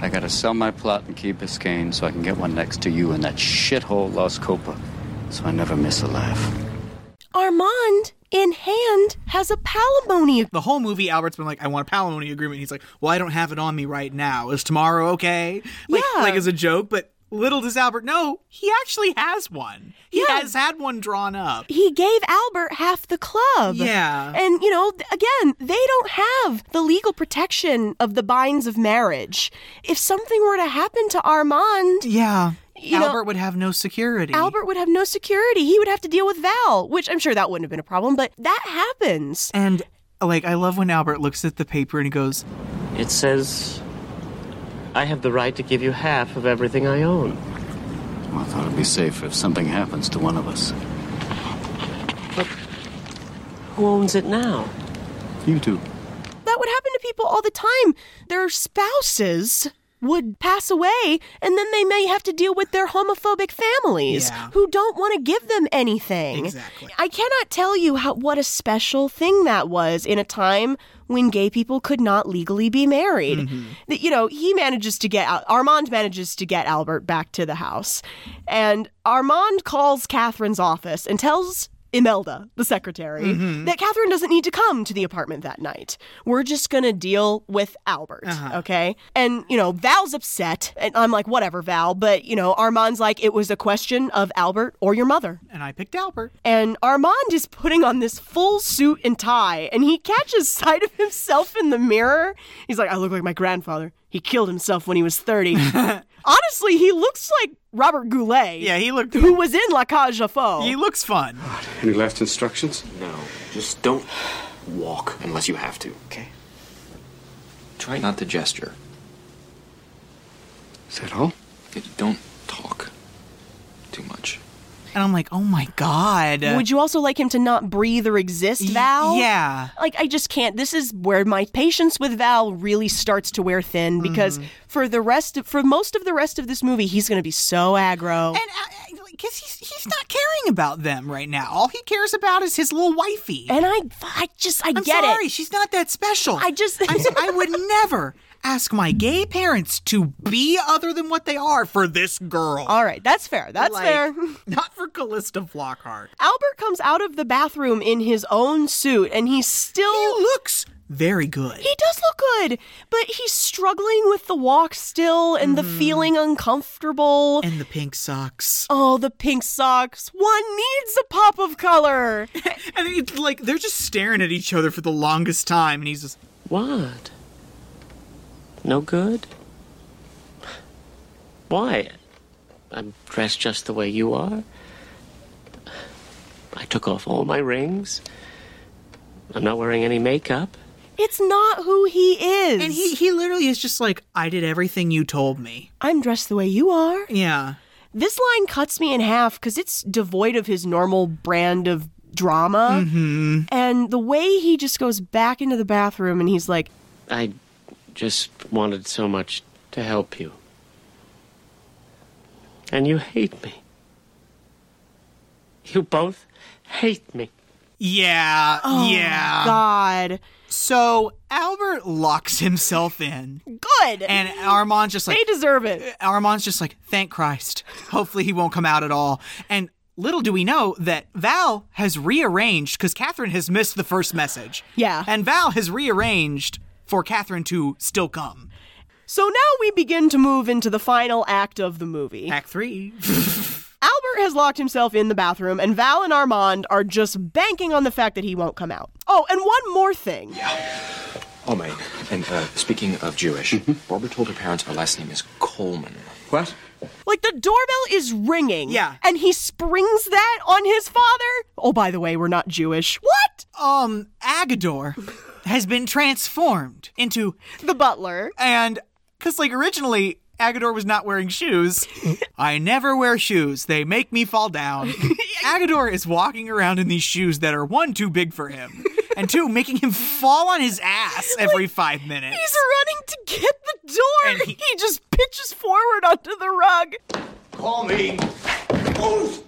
Speaker 15: I gotta sell my plot in Key Biscayne so I can get one next to you in that shithole Las Copa, so I never miss a laugh.
Speaker 2: Armand in hand has a palimony.
Speaker 1: The whole movie, Albert's been like, I want a palimony agreement. He's like, Well, I don't have it on me right now. Is tomorrow okay? Like,
Speaker 2: Yeah.
Speaker 1: like as a joke, but little does Albert know, he actually has one. He has had one drawn up.
Speaker 2: He gave Albert half the club.
Speaker 1: Yeah.
Speaker 2: And, you know, th- again, they don't have the legal protection of the binds of marriage. If something were to happen to Armand,
Speaker 1: Yeah.
Speaker 2: You know-
Speaker 1: Albert would have no security.
Speaker 2: Albert would have no security. He would have to deal with Val, which I'm sure that wouldn't have been a problem, but that happens.
Speaker 1: And like I love when Albert looks at the paper and he goes,
Speaker 13: It says, I have the right to give you half of everything I own.
Speaker 15: Well, I thought it'd be safer if something happens to one of us.
Speaker 13: Who owns it now?
Speaker 15: You do.
Speaker 2: That would happen to people all the time. Their spouses would pass away, and then they may have to deal with their homophobic families
Speaker 1: Yeah.
Speaker 2: who don't want to give them anything. Exactly. I cannot tell you how, what a special thing that was in a time when gay people could not legally be married. That You know, he manages to get out, Armand manages to get Albert back to the house. And Armand calls Catherine's office and tells Imelda, the secretary,
Speaker 1: Mhm.
Speaker 2: that Catherine doesn't need to come to the apartment that night. We're just going to deal with Albert, okay? And, you know, Val's upset. And I'm like, whatever, Val. But, you know, Armand's like, it was a question of Albert or your mother.
Speaker 1: and I picked Albert.
Speaker 2: And Armand is putting on this full suit and tie, and he catches sight of himself in the mirror. He's like, I look like my grandfather. He killed himself when he was 30. Honestly, he looks like Robert Goulet. Yeah,
Speaker 1: he looked.
Speaker 2: Who was in La Cage aux Folles. He
Speaker 1: looks fun.
Speaker 15: Any last instructions? No.
Speaker 19: Just don't walk unless you have to. Okay. Try not to gesture.
Speaker 15: Is that all?
Speaker 19: Don't talk too much.
Speaker 1: And I'm like, oh my God.
Speaker 2: Would you also like him to not breathe or exist, Val?
Speaker 1: yeah.
Speaker 2: Like, I just can't. This is where my patience with Val really starts to wear thin because
Speaker 1: Mm-hmm.
Speaker 2: for the rest of, for most of the rest of this movie, he's going to be so aggro.
Speaker 1: And because he's, he's not caring about them right now. All he cares about is his little wifey.
Speaker 2: And I, I just, I
Speaker 1: I'm
Speaker 2: get it.
Speaker 1: sorry, she's not that special. I
Speaker 2: just,
Speaker 1: I'm so- I would never ask my gay parents to be other than what they are for this girl. All
Speaker 2: right, that's fair. That's fair.
Speaker 1: Not for Callista Flockhart.
Speaker 2: Albert comes out of the bathroom in his own suit and he's still. He
Speaker 1: looks. Very good.
Speaker 2: He does look good, but he's struggling with the walk still and the feeling uncomfortable.
Speaker 1: Mm-hmm. And the pink socks.
Speaker 2: Oh, the pink socks. One needs a pop of color.
Speaker 1: And it's like they're just staring at each other for the longest time, and he's just
Speaker 13: what? No good? Why? I'm dressed just the way you are. I took off all my rings. I'm not wearing any makeup.
Speaker 2: It's not who he is.
Speaker 1: And he he literally is just like, I did everything you told me.
Speaker 2: I'm dressed the way you are.
Speaker 1: Yeah.
Speaker 2: This line cuts me in half because it's devoid of his normal brand of drama.
Speaker 1: Mm-hmm.
Speaker 2: And the way he just goes back into the bathroom and he's like,
Speaker 13: I just wanted so much to help you. And you hate me. You both hate me.
Speaker 1: Yeah,
Speaker 2: Oh,
Speaker 1: yeah.
Speaker 2: God.
Speaker 1: So Albert locks himself in.
Speaker 2: Good.
Speaker 1: And Armand's just like
Speaker 2: They deserve it.
Speaker 1: Armand's just like, thank Christ. Hopefully he won't come out at all. And little do we know that Val has rearranged because Catherine has missed the first message.
Speaker 2: Yeah.
Speaker 1: And Val has rearranged for Catherine to still come.
Speaker 2: So now we begin to move into the final act of the movie.
Speaker 1: Act three.
Speaker 2: Albert has locked himself in the bathroom, and Val and Armand are just banking on the fact that he won't come out. Oh, and one more thing.
Speaker 19: Oh, man. And uh, speaking of Jewish,
Speaker 15: Mm-hmm.
Speaker 19: Barbara told her parents her last name is Coleman.
Speaker 15: What?
Speaker 2: Like the doorbell is ringing. Yeah. And he springs that on his father. Oh, by the way, we're not Jewish. What?
Speaker 1: Um, Agador has been transformed into
Speaker 2: the butler.
Speaker 1: And because, like, originally Agador was not wearing shoes. I never wear shoes, they make me fall down. Agador is walking around in these shoes that are one, too big for him, and two, making him fall on his ass every five minutes.
Speaker 2: He's running to get the door. he... just pitches forward onto the rug.
Speaker 4: Call me. Oh,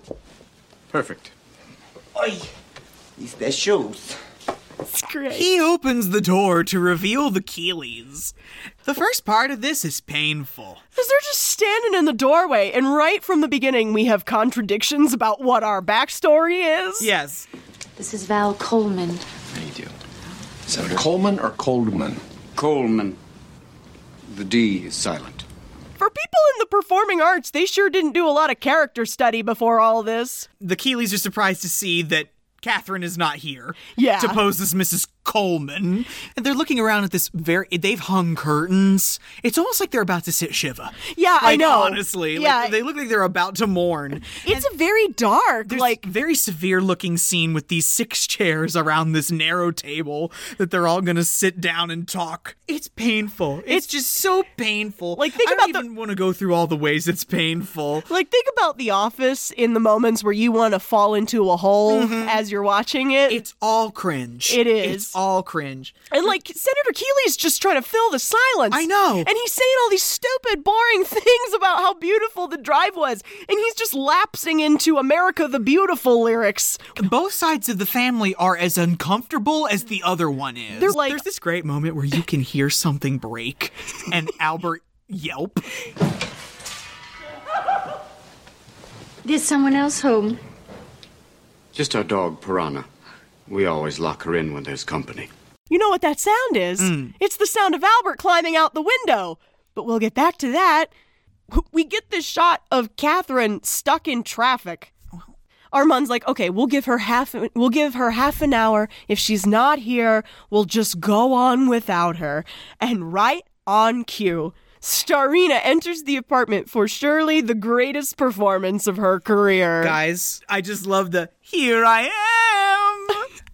Speaker 15: Perfect.
Speaker 4: oy.
Speaker 12: These their shoes.
Speaker 2: Great.
Speaker 1: He opens the door to reveal the Keeleys. The first part of this is painful.
Speaker 2: Because they're just standing in the doorway, and right from the beginning, we have contradictions about what our backstory is.
Speaker 1: Yes.
Speaker 5: This is Val Coleman.
Speaker 15: Senator Coleman or Coldman? Coleman. The D is silent.
Speaker 2: For people in the performing arts, they sure didn't do a lot of character study before all this.
Speaker 1: The Keeleys are surprised to see that Catherine is not here.
Speaker 2: Yeah.
Speaker 1: To pose as Mrs. Coleman. And they're looking around at this very. They've hung curtains. It's almost like they're about to sit Shiva.
Speaker 2: Yeah,
Speaker 1: like,
Speaker 2: I know.
Speaker 1: Honestly.
Speaker 2: Yeah.
Speaker 1: Like, they look like they're about to mourn.
Speaker 2: It's a very dark, like
Speaker 1: very severe looking scene with these six chairs around this narrow table that they're all going to sit down and talk. It's painful. It's, just so painful. Like think I don't even want to go through all the ways it's painful.
Speaker 2: Like think about The Office in the moments where you want to fall into a hole
Speaker 1: Mhm.
Speaker 2: as you're watching it.
Speaker 1: It's all cringe.
Speaker 2: It is.
Speaker 1: It's all cringe.
Speaker 2: and like Senator Keeley's just trying to fill the silence. I know. And he's saying all these stupid, boring things about how beautiful the drive was, and he's just lapsing into America the Beautiful lyrics.
Speaker 1: Both sides of the family are as uncomfortable as the other one is.
Speaker 2: They're like-
Speaker 1: There's this great moment where you can hear something break and Albert yelp.
Speaker 5: There's someone else home.
Speaker 15: Just our dog, Piranha. We always lock her in when there's company.
Speaker 2: You know what that sound is? It's the sound of Albert climbing out the window. But we'll get back to that. We get this shot of Catherine stuck in traffic. Armand's like, okay, we'll give her half. We'll give her half an hour. If she's not here, we'll just go on without her. And right on cue, Starina enters the apartment for surely the greatest performance of her career.
Speaker 1: Guys, I just love the here I am.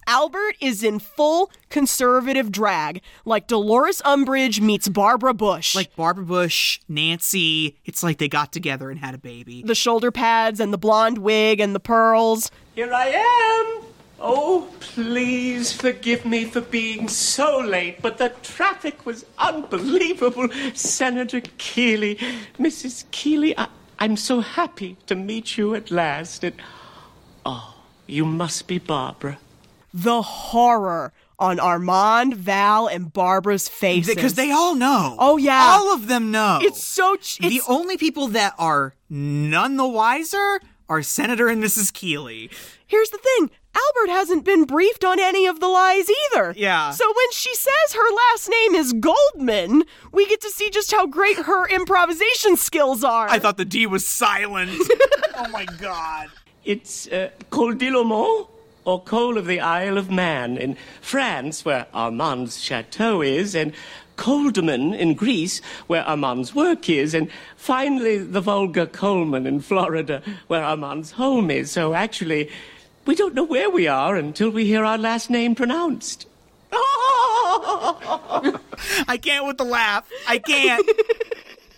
Speaker 2: Albert is in full conservative drag, like Dolores Umbridge meets Barbara Bush.
Speaker 1: Like Barbara Bush, Nancy, it's like they got together and had a baby.
Speaker 2: the shoulder pads and the blonde wig and the pearls.
Speaker 8: Here I am. Oh, please forgive me for being so late, but the traffic was unbelievable. Senator Keeley, Mrs. Keeley, I, I'm so happy to meet you at last. And oh, you must be Barbara.
Speaker 2: The horror on Armand, Val, and Barbara's faces.
Speaker 1: Because they all know.
Speaker 2: Oh, yeah.
Speaker 1: All of them know.
Speaker 2: It's so. Ch-
Speaker 1: the only people that are none the wiser are Senator and Mrs. Keeley.
Speaker 2: Here's the thing Albert hasn't been briefed on any of the lies either.
Speaker 1: Yeah.
Speaker 2: So when she says her last name is Goldman, we get to see just how great her improvisation skills are.
Speaker 1: I thought the D was silent. oh my god.
Speaker 8: It's uh, Col d'Ilomont, or Coal of the Isle of Man in France, where Armand's chateau is, and Coldeman in Greece, where Armand's work is, and finally the Volga Coleman in Florida, where Armand's home is. So actually, we don't know where we are until we hear our last name pronounced.
Speaker 1: I can't with the laugh. I can't.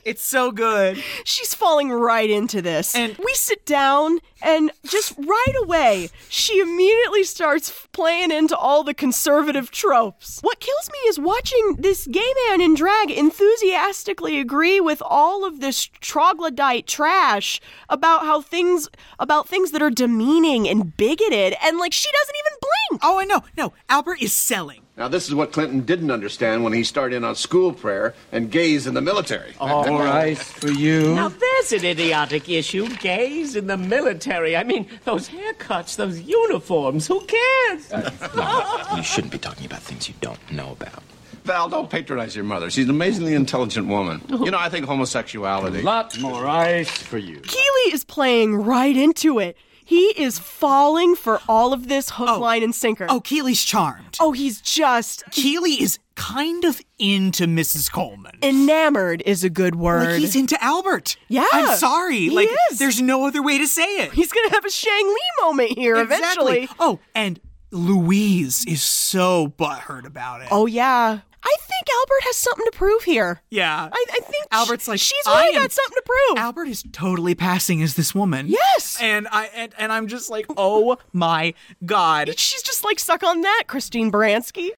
Speaker 1: It's so good.
Speaker 2: She's falling right into this. And we sit down, and just right away, she immediately starts playing into all the conservative tropes. What kills me is watching this gay man in drag enthusiastically agree with all of this troglodyte trash about how things about things that are demeaning and bigoted, and like she doesn't even blink.
Speaker 1: Oh, I know. No, Albert is selling.
Speaker 18: Now, this is what Clinton didn't understand when he started in on school prayer and gays in the military.
Speaker 11: All right for you.
Speaker 17: Now, there's an idiotic issue. Gays in the military. I mean, those haircuts, those uniforms. Who cares?
Speaker 19: No, you shouldn't be talking about things you don't know about.
Speaker 18: Val, don't patronize your mother. She's an amazingly intelligent woman. You know, I think homosexuality. A
Speaker 11: lot more ice for you.
Speaker 2: Keeley is playing right into it. He is falling for all of this hook, line, and sinker.
Speaker 1: Oh, Keeley's charmed.
Speaker 2: Oh, he's just
Speaker 1: Keeley is kind of into Mrs. Coleman.
Speaker 2: enamored is a good word.
Speaker 1: Like he's into Albert.
Speaker 2: Yeah.
Speaker 1: I'm sorry.
Speaker 2: He
Speaker 1: like
Speaker 2: is.
Speaker 1: there's no other way to say it.
Speaker 2: He's gonna have a Shang Li moment here
Speaker 1: Exactly.
Speaker 2: eventually.
Speaker 1: Oh, and Louise is so butthurt about it.
Speaker 2: Oh yeah. I think Albert has something to prove here.
Speaker 1: Yeah.
Speaker 2: I, I think
Speaker 1: Albert's like
Speaker 2: she's
Speaker 1: I
Speaker 2: really
Speaker 1: am
Speaker 2: got something to prove.
Speaker 1: Albert is totally passing as this woman.
Speaker 2: Yes.
Speaker 1: And I and, and I'm just like, oh my god.
Speaker 2: She's just like, suck on that, Christine Baranski.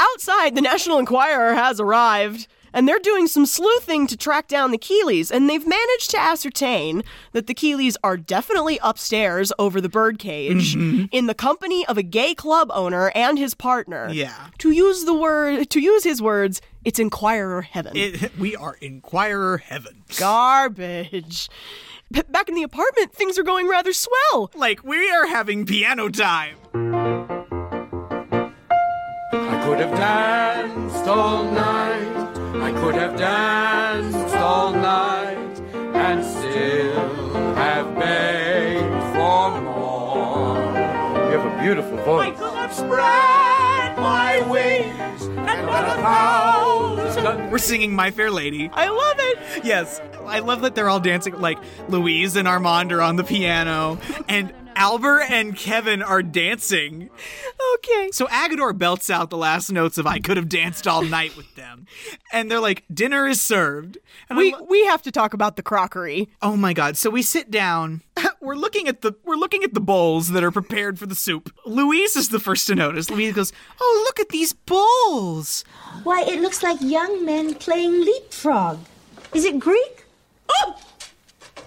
Speaker 2: Outside, the National Enquirer has arrived, and they're doing some sleuthing to track down the Keeleys, and they've managed to ascertain that the Keeleys are definitely upstairs over the birdcage in the company of a gay club owner and his partner.
Speaker 1: Yeah.
Speaker 2: To use the word to use his words, it's Enquirer heaven.
Speaker 1: It, we are Inquirer heaven.
Speaker 2: Garbage. B- Back in the apartment, things are going rather swell.
Speaker 1: Like we are having piano time.
Speaker 6: I could have danced all night. I could have danced all night and still have begged for more. You have a beautiful voice. I could have spread my wings and what a thousand.
Speaker 1: We're singing My Fair Lady.
Speaker 2: I love it.
Speaker 1: Yes, I love that they're all dancing. Like Louise and Armand are on the piano, and Albert and Kevin are dancing.
Speaker 2: Okay.
Speaker 1: So Agador belts out the last notes of "I could have danced all night with them," and they're like, "Dinner is served." And I
Speaker 2: We
Speaker 1: lo-
Speaker 2: we have to talk about the crockery.
Speaker 1: oh my god! So we sit down. we're looking at the we're looking at the bowls that are prepared for the soup. Louise is the first to notice. Louise goes, "Oh, look at these bowls."
Speaker 21: Why, it looks like young men playing leapfrog. Is it Greek?
Speaker 17: Oh!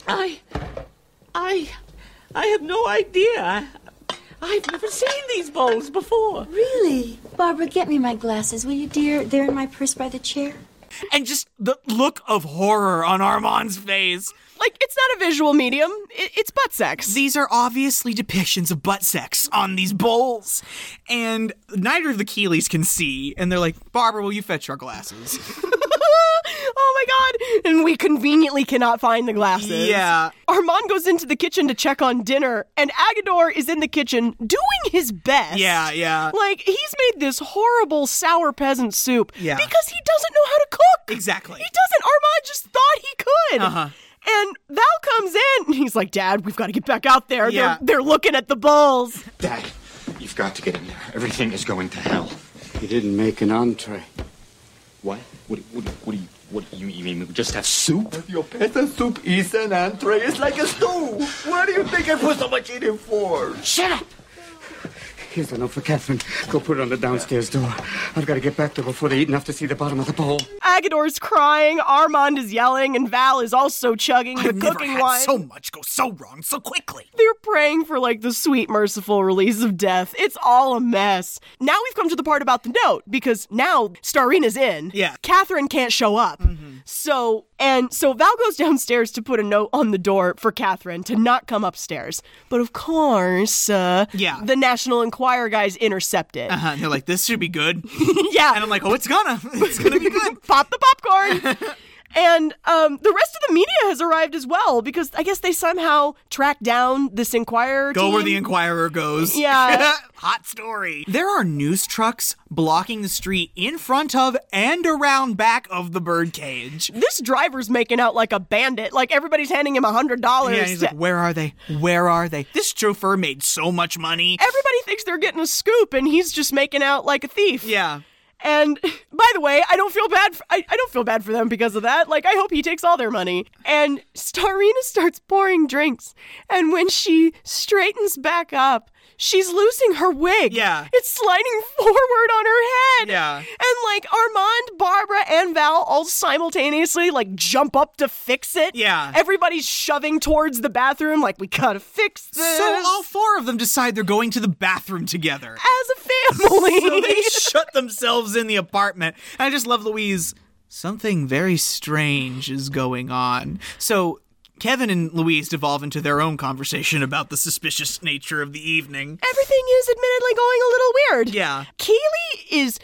Speaker 17: I. I. I have no idea. I've never seen these bowls before.
Speaker 21: Really? Barbara, get me my glasses, will you, dear? They're in my purse by the chair.
Speaker 1: And just the look of horror on Armand's face.
Speaker 2: Like it's not a visual medium. It, it's butt sex.
Speaker 1: These are obviously depictions of butt sex on these bowls. And neither of the Keeleys can see. And they're like, Barbara, will you fetch our glasses?
Speaker 2: oh my god! And we conveniently cannot find the glasses.
Speaker 1: Yeah.
Speaker 2: Armand goes into the kitchen to check on dinner, and Agador is in the kitchen doing his best.
Speaker 1: Yeah, yeah.
Speaker 2: Like he's made this horrible sour peasant soup.
Speaker 1: Yeah.
Speaker 2: Because he doesn't know how to cook.
Speaker 1: Exactly.
Speaker 2: He doesn't. Armand just thought he could.
Speaker 1: Uh-huh.
Speaker 2: And Val comes in and he's like, Dad, we've got to get back out there.
Speaker 1: Yeah.
Speaker 2: They're, they're looking at the bowls.
Speaker 19: Dad, you've got to get in there. Everything is going to hell.
Speaker 15: You didn't make an entree.
Speaker 19: What? What, what, what do you... What do you, you mean we just have soup?
Speaker 22: Your peasant soup is an entree. It's like a stew. Why do you think I put so much in it for?
Speaker 15: Shut up! Here's a note for Catherine. Go put it on the downstairs door. I've got to get back there before they eat enough to see the bottom of the bowl.
Speaker 2: Agador's crying, Armand is yelling, and Val is also chugging the
Speaker 1: I've never
Speaker 2: cooking
Speaker 1: had
Speaker 2: wine.
Speaker 1: so much go so wrong so quickly.
Speaker 2: They're praying for like the sweet, merciful release of death. It's all a mess. Now we've come to the part about the note because now Starina's in.
Speaker 1: Yeah. Mm-hmm.
Speaker 2: Catherine can't show up. So, and so Val goes downstairs to put a note on the door for Catherine to not come upstairs. But of course, uh,
Speaker 1: Yeah.
Speaker 2: the National Enquirer guys intercept it.
Speaker 1: Uh-huh. And they're like, this should be good.
Speaker 2: yeah.
Speaker 1: And I'm like, oh, it's gonna. It's gonna be good.
Speaker 2: pop the popcorn. And um, the rest of the media has arrived as well because I guess they somehow track down this inquirer.
Speaker 1: Go where
Speaker 2: team.
Speaker 1: the Inquirer goes.
Speaker 2: Yeah.
Speaker 1: Hot story. There are news trucks blocking the street in front of and around back of the birdcage.
Speaker 2: This driver's making out like a bandit. Like everybody's handing him a hundred dollars.
Speaker 1: Yeah, he's like, where are they? Where are they? This chauffeur made so much money.
Speaker 2: Everybody thinks they're getting a scoop, and he's just making out like a thief.
Speaker 1: Yeah.
Speaker 2: And by the way, I don't feel bad. For, I, I don't feel bad for them because of that. Like, I hope he takes all their money. And Starina starts pouring drinks. And when she straightens back up, she's losing her wig.
Speaker 1: Yeah.
Speaker 2: It's sliding forward on her head.
Speaker 1: Yeah.
Speaker 2: And like Armand, Barbara, and Val all simultaneously like jump up to fix it.
Speaker 1: Yeah.
Speaker 2: Everybody's shoving towards the bathroom, like, we gotta fix this.
Speaker 1: So all four of them decide they're going to the bathroom together.
Speaker 2: As a family.
Speaker 1: So they shut themselves in the apartment. And I just love Louise. Something very strange is going on. So Kevin and Louise devolve into their own conversation about the suspicious nature of the evening.
Speaker 2: everything is admittedly going a little weird.
Speaker 1: Yeah.
Speaker 2: Keely is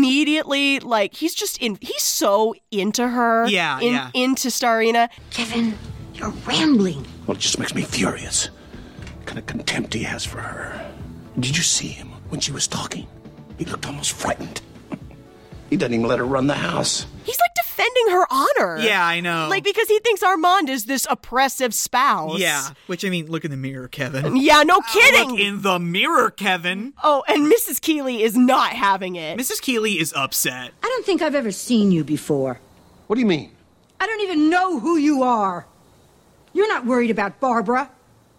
Speaker 2: immediately like he's just in he's so into her.
Speaker 10: Yeah,
Speaker 2: in,
Speaker 10: yeah.
Speaker 2: into Starina. Kevin, you're rambling.
Speaker 10: Well, it just makes me furious. What kind of contempt he has for her. Did you see him when she was talking? He looked almost frightened. He doesn't even let her run the house.
Speaker 2: He's like defending her honor.
Speaker 1: Yeah, I know.
Speaker 2: Like because he thinks Armand is this oppressive spouse.
Speaker 1: Yeah, which I mean, look in the mirror, Kevin.
Speaker 2: Yeah, no
Speaker 1: Uh,
Speaker 2: kidding.
Speaker 1: look in the mirror, Kevin.
Speaker 2: Oh, and Mrs. Keeley is not having it.
Speaker 1: Mrs. Keeley is upset.
Speaker 21: I don't think I've ever seen you before.
Speaker 10: What do you mean?
Speaker 21: I don't even know who you are. You're not worried about Barbara.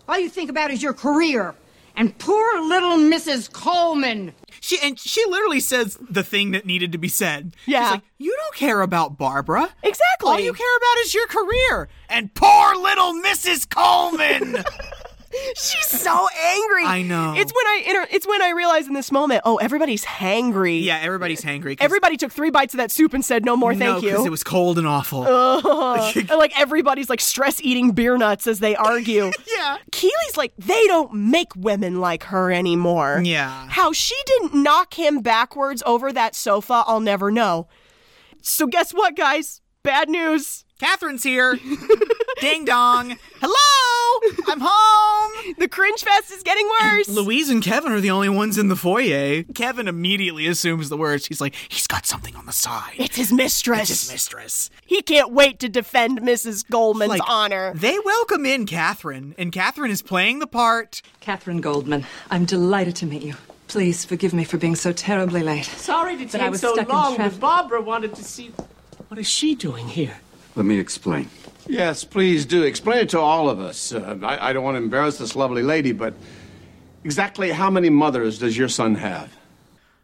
Speaker 21: All you think about is your career and poor little Mrs. Coleman.
Speaker 1: She and she literally says the thing that needed to be said.
Speaker 2: Yeah.
Speaker 1: She's like, you don't care about Barbara.
Speaker 2: Exactly.
Speaker 1: All you care about is your career. And poor little Mrs. Coleman.
Speaker 2: She's so angry.
Speaker 1: I know.
Speaker 2: It's when I inter- it's when I realize in this moment, oh, everybody's hangry.
Speaker 1: yeah, everybody's hangry. 'cause-
Speaker 2: Everybody took three bites of that soup and said no more, thank
Speaker 1: no,
Speaker 2: you.
Speaker 1: because it was cold and awful.
Speaker 2: Ugh. And, like everybody's like stress eating beer nuts as they argue.
Speaker 1: yeah.
Speaker 2: Keely's like, they don't make women like her anymore.
Speaker 1: Yeah.
Speaker 2: How she didn't knock him backwards over that sofa, I'll never know. So guess what, guys? Bad news.
Speaker 1: Catherine's here. Ding dong. Hello. I'm home.
Speaker 2: The cringe fest is getting worse.
Speaker 1: Louise and Kevin are the only ones in the foyer. Kevin immediately assumes the worst. He's like, he's got something on the side.
Speaker 2: It's his mistress.
Speaker 1: It's his mistress.
Speaker 2: He can't wait to defend Mrs. Goldman's
Speaker 1: Like,
Speaker 2: honor.
Speaker 1: They welcome in Catherine, and Catherine is playing the part.
Speaker 20: Catherine Goldman, I'm delighted to meet you. Please forgive me for being so terribly late.
Speaker 17: Sorry to
Speaker 20: But
Speaker 17: take
Speaker 20: I was
Speaker 17: so
Speaker 20: stuck in
Speaker 17: long,
Speaker 20: traffic.
Speaker 17: but Barbara wanted to see. What is she doing here?
Speaker 15: Let me explain.
Speaker 18: Yes, please do. Explain it to all of us. Uh, I, I don't want to embarrass this lovely lady, but exactly how many mothers does your son have?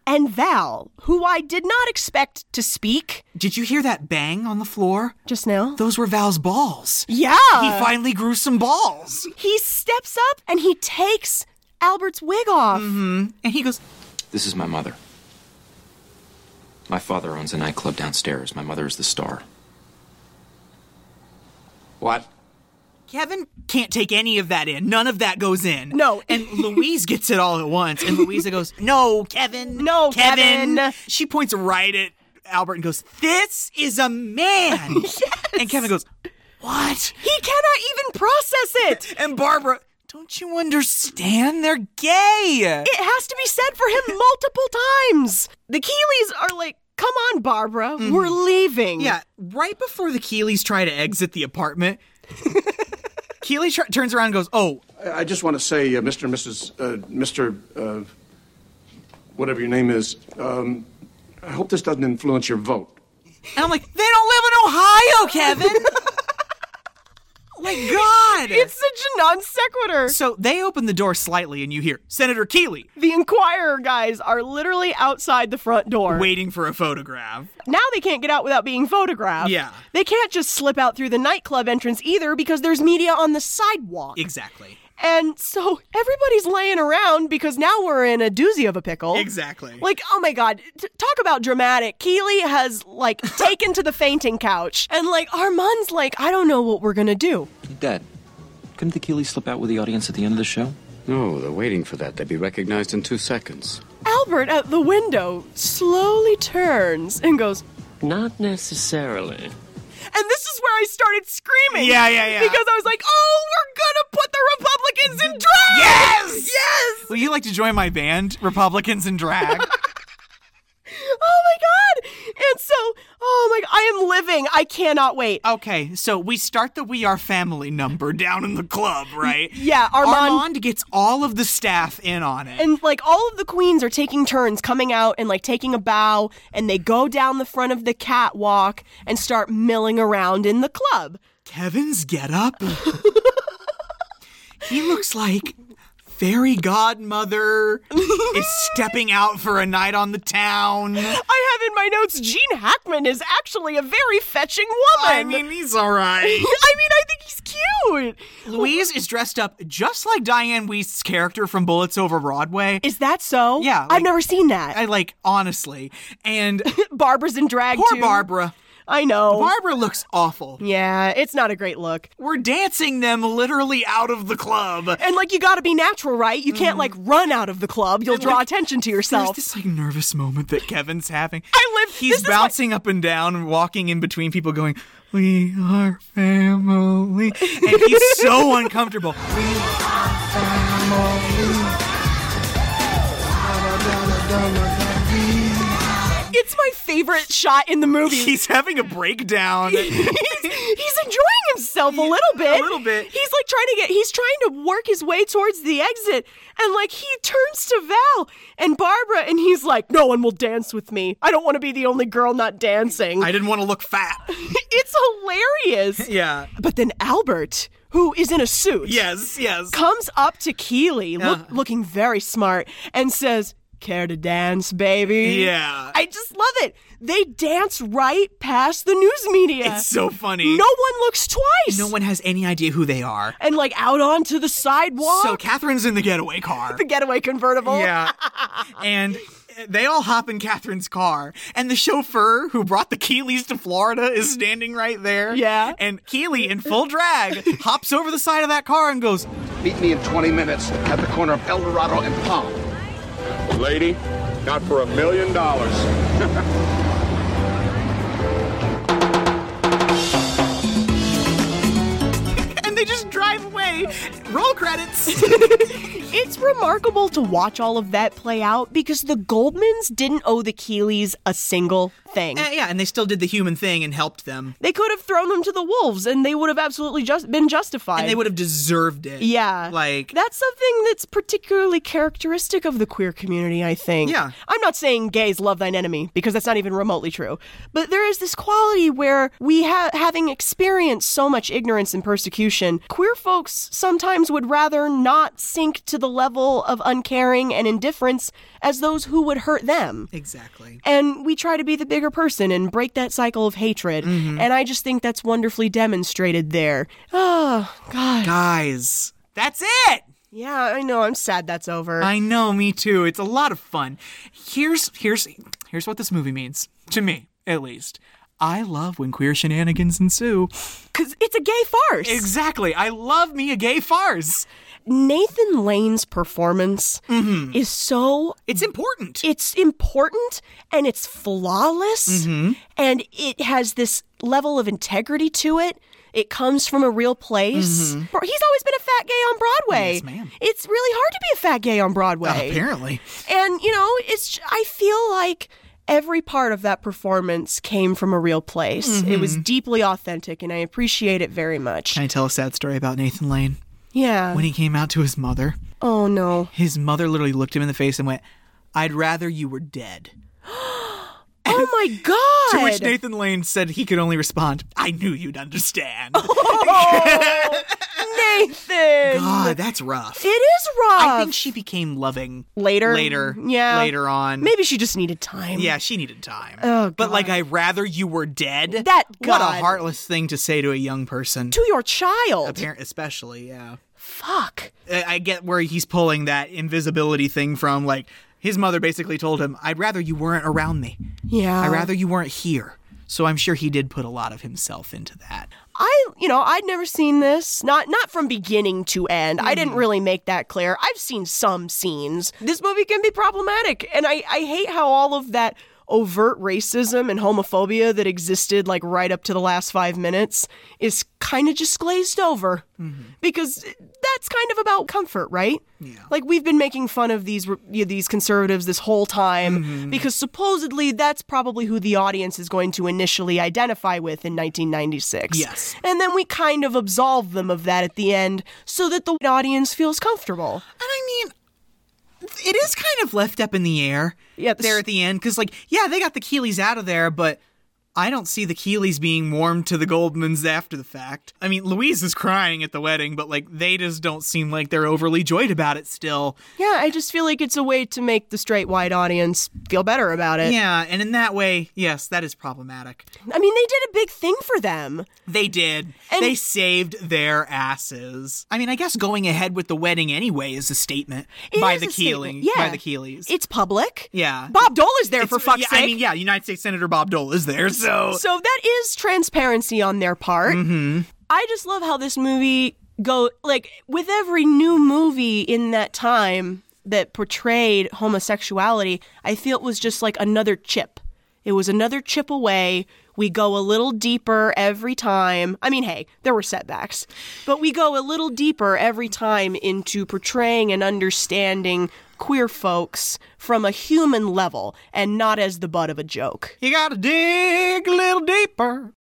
Speaker 2: And Val, who I did not expect to speak.
Speaker 1: Did you hear that bang on the floor?
Speaker 2: Just now?
Speaker 1: Those were Val's balls.
Speaker 2: Yeah.
Speaker 1: He finally grew some balls.
Speaker 2: He steps up and he takes Albert's wig off.
Speaker 1: And he goes,
Speaker 14: This is my mother. My father owns a nightclub downstairs. My mother is the star.
Speaker 18: What?
Speaker 1: Kevin can't take any of that in. None of that goes in.
Speaker 2: No.
Speaker 1: And Louise gets it all at once. And Louisa goes, No, Kevin.
Speaker 2: No, Kevin."
Speaker 1: She points right at Albert and goes, This is a man. And Kevin goes, What?
Speaker 2: He cannot even process it.
Speaker 1: And Barbara, Don't you understand? They're gay.
Speaker 2: It has to be said for him multiple times. The Keeleys are like, come on, Barbara, we're leaving.
Speaker 1: Mm-hmm. Yeah, right before the Keeleys try to exit the apartment, Keeley tr- turns around and goes, "Oh,
Speaker 18: I I just want to say, uh, Mr. and Mrs. Uh, Mr. Uh, whatever your name is, um, I hope this doesn't influence your vote.
Speaker 1: and I'm like, they don't live in Ohio, Kevin." My God!
Speaker 2: It's such a non sequitur.
Speaker 1: So they open the door slightly, and you hear Senator Keeley
Speaker 2: the Inquirer guys are literally outside the front door.
Speaker 1: waiting for a photograph.
Speaker 2: Now they can't get out without being photographed.
Speaker 1: Yeah.
Speaker 2: They can't just slip out through the nightclub entrance either because there's media on the
Speaker 1: E
Speaker 2: sidewalk.
Speaker 1: Exactly.
Speaker 2: And so everybody's laying around because now we're in a doozy of a pickle.
Speaker 1: Exactly.
Speaker 2: Like, oh my God, t- talk about dramatic. Keely has, like, taken to the fainting couch. And, like, Armand's like, I don't know what we're going to do.
Speaker 14: Dad, couldn't the Keeley slip out with the audience at the end of the show?
Speaker 15: No, they're waiting for that. They'd be recognized in two seconds.
Speaker 2: Albert at the window slowly turns and goes,
Speaker 13: Not necessarily.
Speaker 2: and this is where I started screaming.
Speaker 13: Yeah, yeah, yeah.
Speaker 2: Because I was like, oh, we're going to put the Republicans in drag. Yes! Yes!
Speaker 1: Would you like to join my band, Republicans in Drag?
Speaker 2: oh my god and so oh like, I am living. I cannot wait.
Speaker 1: Okay, so we start the We Are Family number down in the club, right?
Speaker 2: Yeah, Armand-
Speaker 1: Armand gets all of the staff in on it.
Speaker 2: And like all of the queens are taking turns coming out and like taking a bow, and they go down the front of the catwalk and start milling around in the club.
Speaker 1: Kevin's get up. he looks like fairy godmother is stepping out for a night on the town.
Speaker 2: I have in my notes Gene Hackman is actually a very fetching woman.
Speaker 1: I mean, he's all right.
Speaker 2: I mean, I think he's cute.
Speaker 1: Louise is dressed up just like Diane Weist's character from Bullets Over Broadway.
Speaker 2: Is that so?
Speaker 1: Yeah.
Speaker 2: I've never seen that.
Speaker 1: I like honestly, and
Speaker 2: Barbara's in drag
Speaker 1: poor
Speaker 2: too.
Speaker 1: Barbara.
Speaker 2: I know.
Speaker 1: Barbara looks awful.
Speaker 2: yeah, it's not a great look.
Speaker 1: We're dancing them literally out of the club.
Speaker 2: And like you got to be natural, right? You can't like run out of the club. You'll draw attention to
Speaker 1: Mm-hmm. There's
Speaker 2: yourself.
Speaker 1: this like nervous moment that Kevin's having.
Speaker 2: I live.
Speaker 1: He's
Speaker 2: this is my-
Speaker 1: bouncing up and down and walking in between people going, We are family. And he's so uncomfortable.
Speaker 2: It's my favorite shot in the movie.
Speaker 1: He's having a breakdown.
Speaker 2: he's, he's enjoying himself a little bit.
Speaker 1: a little bit.
Speaker 2: He's like trying to get. He's trying to work his way towards the exit, and like he turns to Val and Barbara, and he's like, "No one will dance with me. I don't want to be the only girl not dancing."
Speaker 1: I didn't want to look fat.
Speaker 2: it's hilarious.
Speaker 1: Yeah.
Speaker 2: But then Albert, who is in a suit,
Speaker 1: Yes, yes.
Speaker 2: comes up to Keeley,
Speaker 1: Uh-huh.
Speaker 2: look, looking very smart, and says, Care to dance, baby?
Speaker 1: Yeah.
Speaker 2: I just love it. They dance right past the news media.
Speaker 1: It's so funny.
Speaker 2: No one looks twice.
Speaker 1: No one has any idea who they are.
Speaker 2: And like out onto the sidewalk.
Speaker 1: So Catherine's in the getaway car.
Speaker 2: the getaway convertible.
Speaker 1: Yeah. and eh, they all hop in Catherine's car, and the chauffeur who brought the Keeleys to Florida is standing right there.
Speaker 2: Yeah.
Speaker 1: And Keeley, in full drag, hops over the side of that car and goes,
Speaker 4: Meet me in 20 minutes at the corner of El Dorado and Palm. Lady, not for a million dollars.
Speaker 1: and they just drive away. Roll credits.
Speaker 2: It's remarkable to watch all of that play out because the Goldmans didn't owe the Keeleys a single thing.
Speaker 1: Eh, yeah, and they still did the human thing and helped them.
Speaker 2: They could have thrown them to the wolves and they would have absolutely just been justified.
Speaker 1: And they would have deserved it.
Speaker 2: Yeah.
Speaker 1: Like,
Speaker 2: That's something that's particularly characteristic of the queer community, I think.
Speaker 1: Yeah.
Speaker 2: I'm not saying gays love thine enemy because that's not even remotely true. But there is this quality where we have having experienced so much ignorance and persecution, queer folks sometimes would rather not sink to the level of uncaring and indifference as those who would hurt them.
Speaker 1: exactly.
Speaker 2: And we try to be the bigger person and break that cycle of hatred.
Speaker 1: Mm-hmm.
Speaker 2: And I just think that's wonderfully demonstrated there. Oh, God.
Speaker 1: Guys, that's it.
Speaker 2: Yeah, I know. I'm sad that's over.
Speaker 1: I know, me too. It's a lot of fun. Here's here's here's what this movie means to me, at least. I love when queer shenanigans ensue.
Speaker 2: Because it's a gay farce.
Speaker 1: Exactly. I love me a gay farce.
Speaker 2: Nathan Lane's performance
Speaker 1: Mm-hmm.
Speaker 2: is so.
Speaker 1: It's important.
Speaker 2: It's important and it's flawless
Speaker 1: Mm-hmm.
Speaker 2: and it has this level of integrity to it. It comes from a real place. Bro, He's always been a fat gay on Broadway.
Speaker 1: Mm-hmm. Yes, ma'am. Uh,
Speaker 2: It's really hard to be a fat gay on Broadway.
Speaker 1: Apparently.
Speaker 2: And you know, it's I feel like every part of that performance came from a real place. It was deeply authentic and I appreciate it very much.
Speaker 1: Mm-hmm. Can I tell a sad story about Nathan Lane?
Speaker 2: yeah.
Speaker 1: When he came out to his mother,
Speaker 2: oh no.
Speaker 1: his mother literally looked him in the face and went, I'd rather you were dead.
Speaker 2: Oh my god.
Speaker 1: To which Nathan Lane said he could only respond, I knew you'd understand.
Speaker 2: Oh, Nathan.
Speaker 1: God, that's rough.
Speaker 2: It is rough.
Speaker 1: I think she became loving
Speaker 2: later.
Speaker 1: later.
Speaker 2: Yeah.
Speaker 1: Later on.
Speaker 2: Maybe she just needed time.
Speaker 1: Yeah, she needed time.
Speaker 2: Oh,
Speaker 1: But like, I rather you were dead.
Speaker 2: That-
Speaker 1: what a
Speaker 2: God.
Speaker 1: heartless thing to say to a young person.
Speaker 2: To your child.
Speaker 1: Appar- especially, yeah.
Speaker 2: Fuck.
Speaker 1: I I get where he's pulling that invisibility thing from. Like, his mother basically told him, "I'd rather you weren't around me.
Speaker 2: Yeah.
Speaker 1: I'd rather you weren't here." So I'm sure he did put a lot of himself into that.
Speaker 2: I, you know, I'd never seen this. Not not from beginning to end. I didn't really make that clear. I've seen some scenes. This movie can be problematic, and I I hate how all of that overt racism and homophobia that existed like right up to the last 5 minutes is kind of just glazed over because that that's kind of about comfort, right? Yeah. Like we've been making fun of these re- you know, these conservatives this whole time because supposedly that's probably who the audience is going to initially identify with in 1996.
Speaker 1: Yes.
Speaker 2: And then we kind of absolve them of that at the end so that the audience feels comfortable.
Speaker 1: It is kind of left up in the air. Yeah, there at the end, because like, yeah, they got the Keelys out of there, but I don't see the Keelys being warmed to the Goldmans after the fact. I mean, Louise is crying at the wedding, but like, they just don't seem like they're overly joyed about it still.
Speaker 2: Yeah, I just feel like it's a way to make the straight white audience feel better about it.
Speaker 1: Yeah, and in that way, yes, that is problematic.
Speaker 2: I mean, they did a big thing for them.
Speaker 1: They did.
Speaker 2: And-
Speaker 1: they saved their asses. I mean, I guess going ahead with the wedding anyway is a statement
Speaker 2: It
Speaker 1: by
Speaker 2: is
Speaker 1: the
Speaker 2: a statement,
Speaker 1: Keeley,
Speaker 2: yeah.
Speaker 1: by the Keeleys.
Speaker 2: It's public.
Speaker 1: Yeah.
Speaker 2: Bob Dole is there for fuck's
Speaker 1: yeah,
Speaker 2: sake.
Speaker 1: I mean, yeah, United States Senator Bob Dole is there, so.
Speaker 2: So that is transparency on their part.
Speaker 1: Mhm.
Speaker 2: I just love how this movie go like with every new movie in that time that portrayed homosexuality, I feel it was just like another chip. It was another chip away. We go a little deeper every time. I mean, hey, there were setbacks, but we go a little deeper every time into portraying and understanding queer folks from a human level and not as the butt of a joke.
Speaker 1: You gotta dig a little deeper.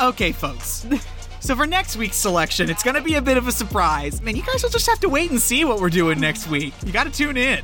Speaker 1: Okay, folks. So for next week's selection, it's gonna be a bit of a surprise. Man, you guys will just have to wait and see what we're doing next week. You gotta tune in.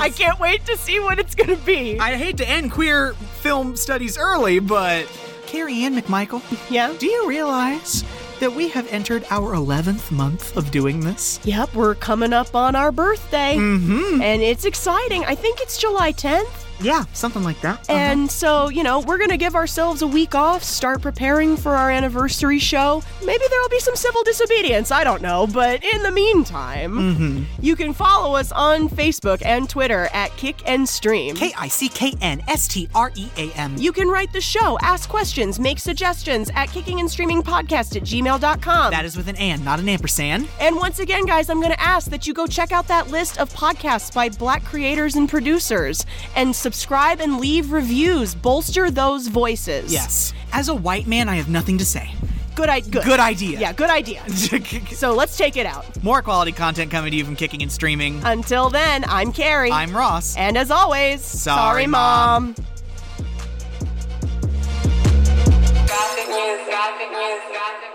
Speaker 1: I
Speaker 2: can't wait to see what it's gonna be.
Speaker 1: I hate to end queer film studies early, but Carrie Ann McMichael.
Speaker 2: Yeah.
Speaker 1: Do you realize that we have entered our 11th month of doing this?
Speaker 2: Yep, we're coming up on our birthday.
Speaker 1: Mm-hmm.
Speaker 2: And it's exciting. I think it's July 10th.
Speaker 1: Yeah, something like that. Uh-huh.
Speaker 2: And so, you know, we're going to give ourselves a week off, start preparing for our anniversary show. Maybe there'll be some civil disobedience. I don't know. But in the meantime,
Speaker 1: Mhm.
Speaker 2: you can follow us on Facebook and Twitter at Kick and Stream.
Speaker 1: K I C K N S T R E A M.
Speaker 2: You can write the show, ask questions, make suggestions at kickingandstreamingpodcast at gmail.com. That
Speaker 1: is with an and, not an ampersand.
Speaker 2: And once again, guys, I'm going to ask that you go check out that list of podcasts by black creators and producers and subscribe and leave reviews. Bolster those voices.
Speaker 1: Yes. As a white man, I have nothing to say.
Speaker 2: Good, I- good.
Speaker 1: Good idea.
Speaker 2: Yeah, good idea. so let's take it out.
Speaker 1: More quality content coming to you from Kicking and Streaming.
Speaker 2: Until then, I'm Carrie.
Speaker 1: I'm Ross.
Speaker 2: And as always,
Speaker 1: Sorry,
Speaker 2: Mom.
Speaker 3: Gossip news, gossip news, gossip news.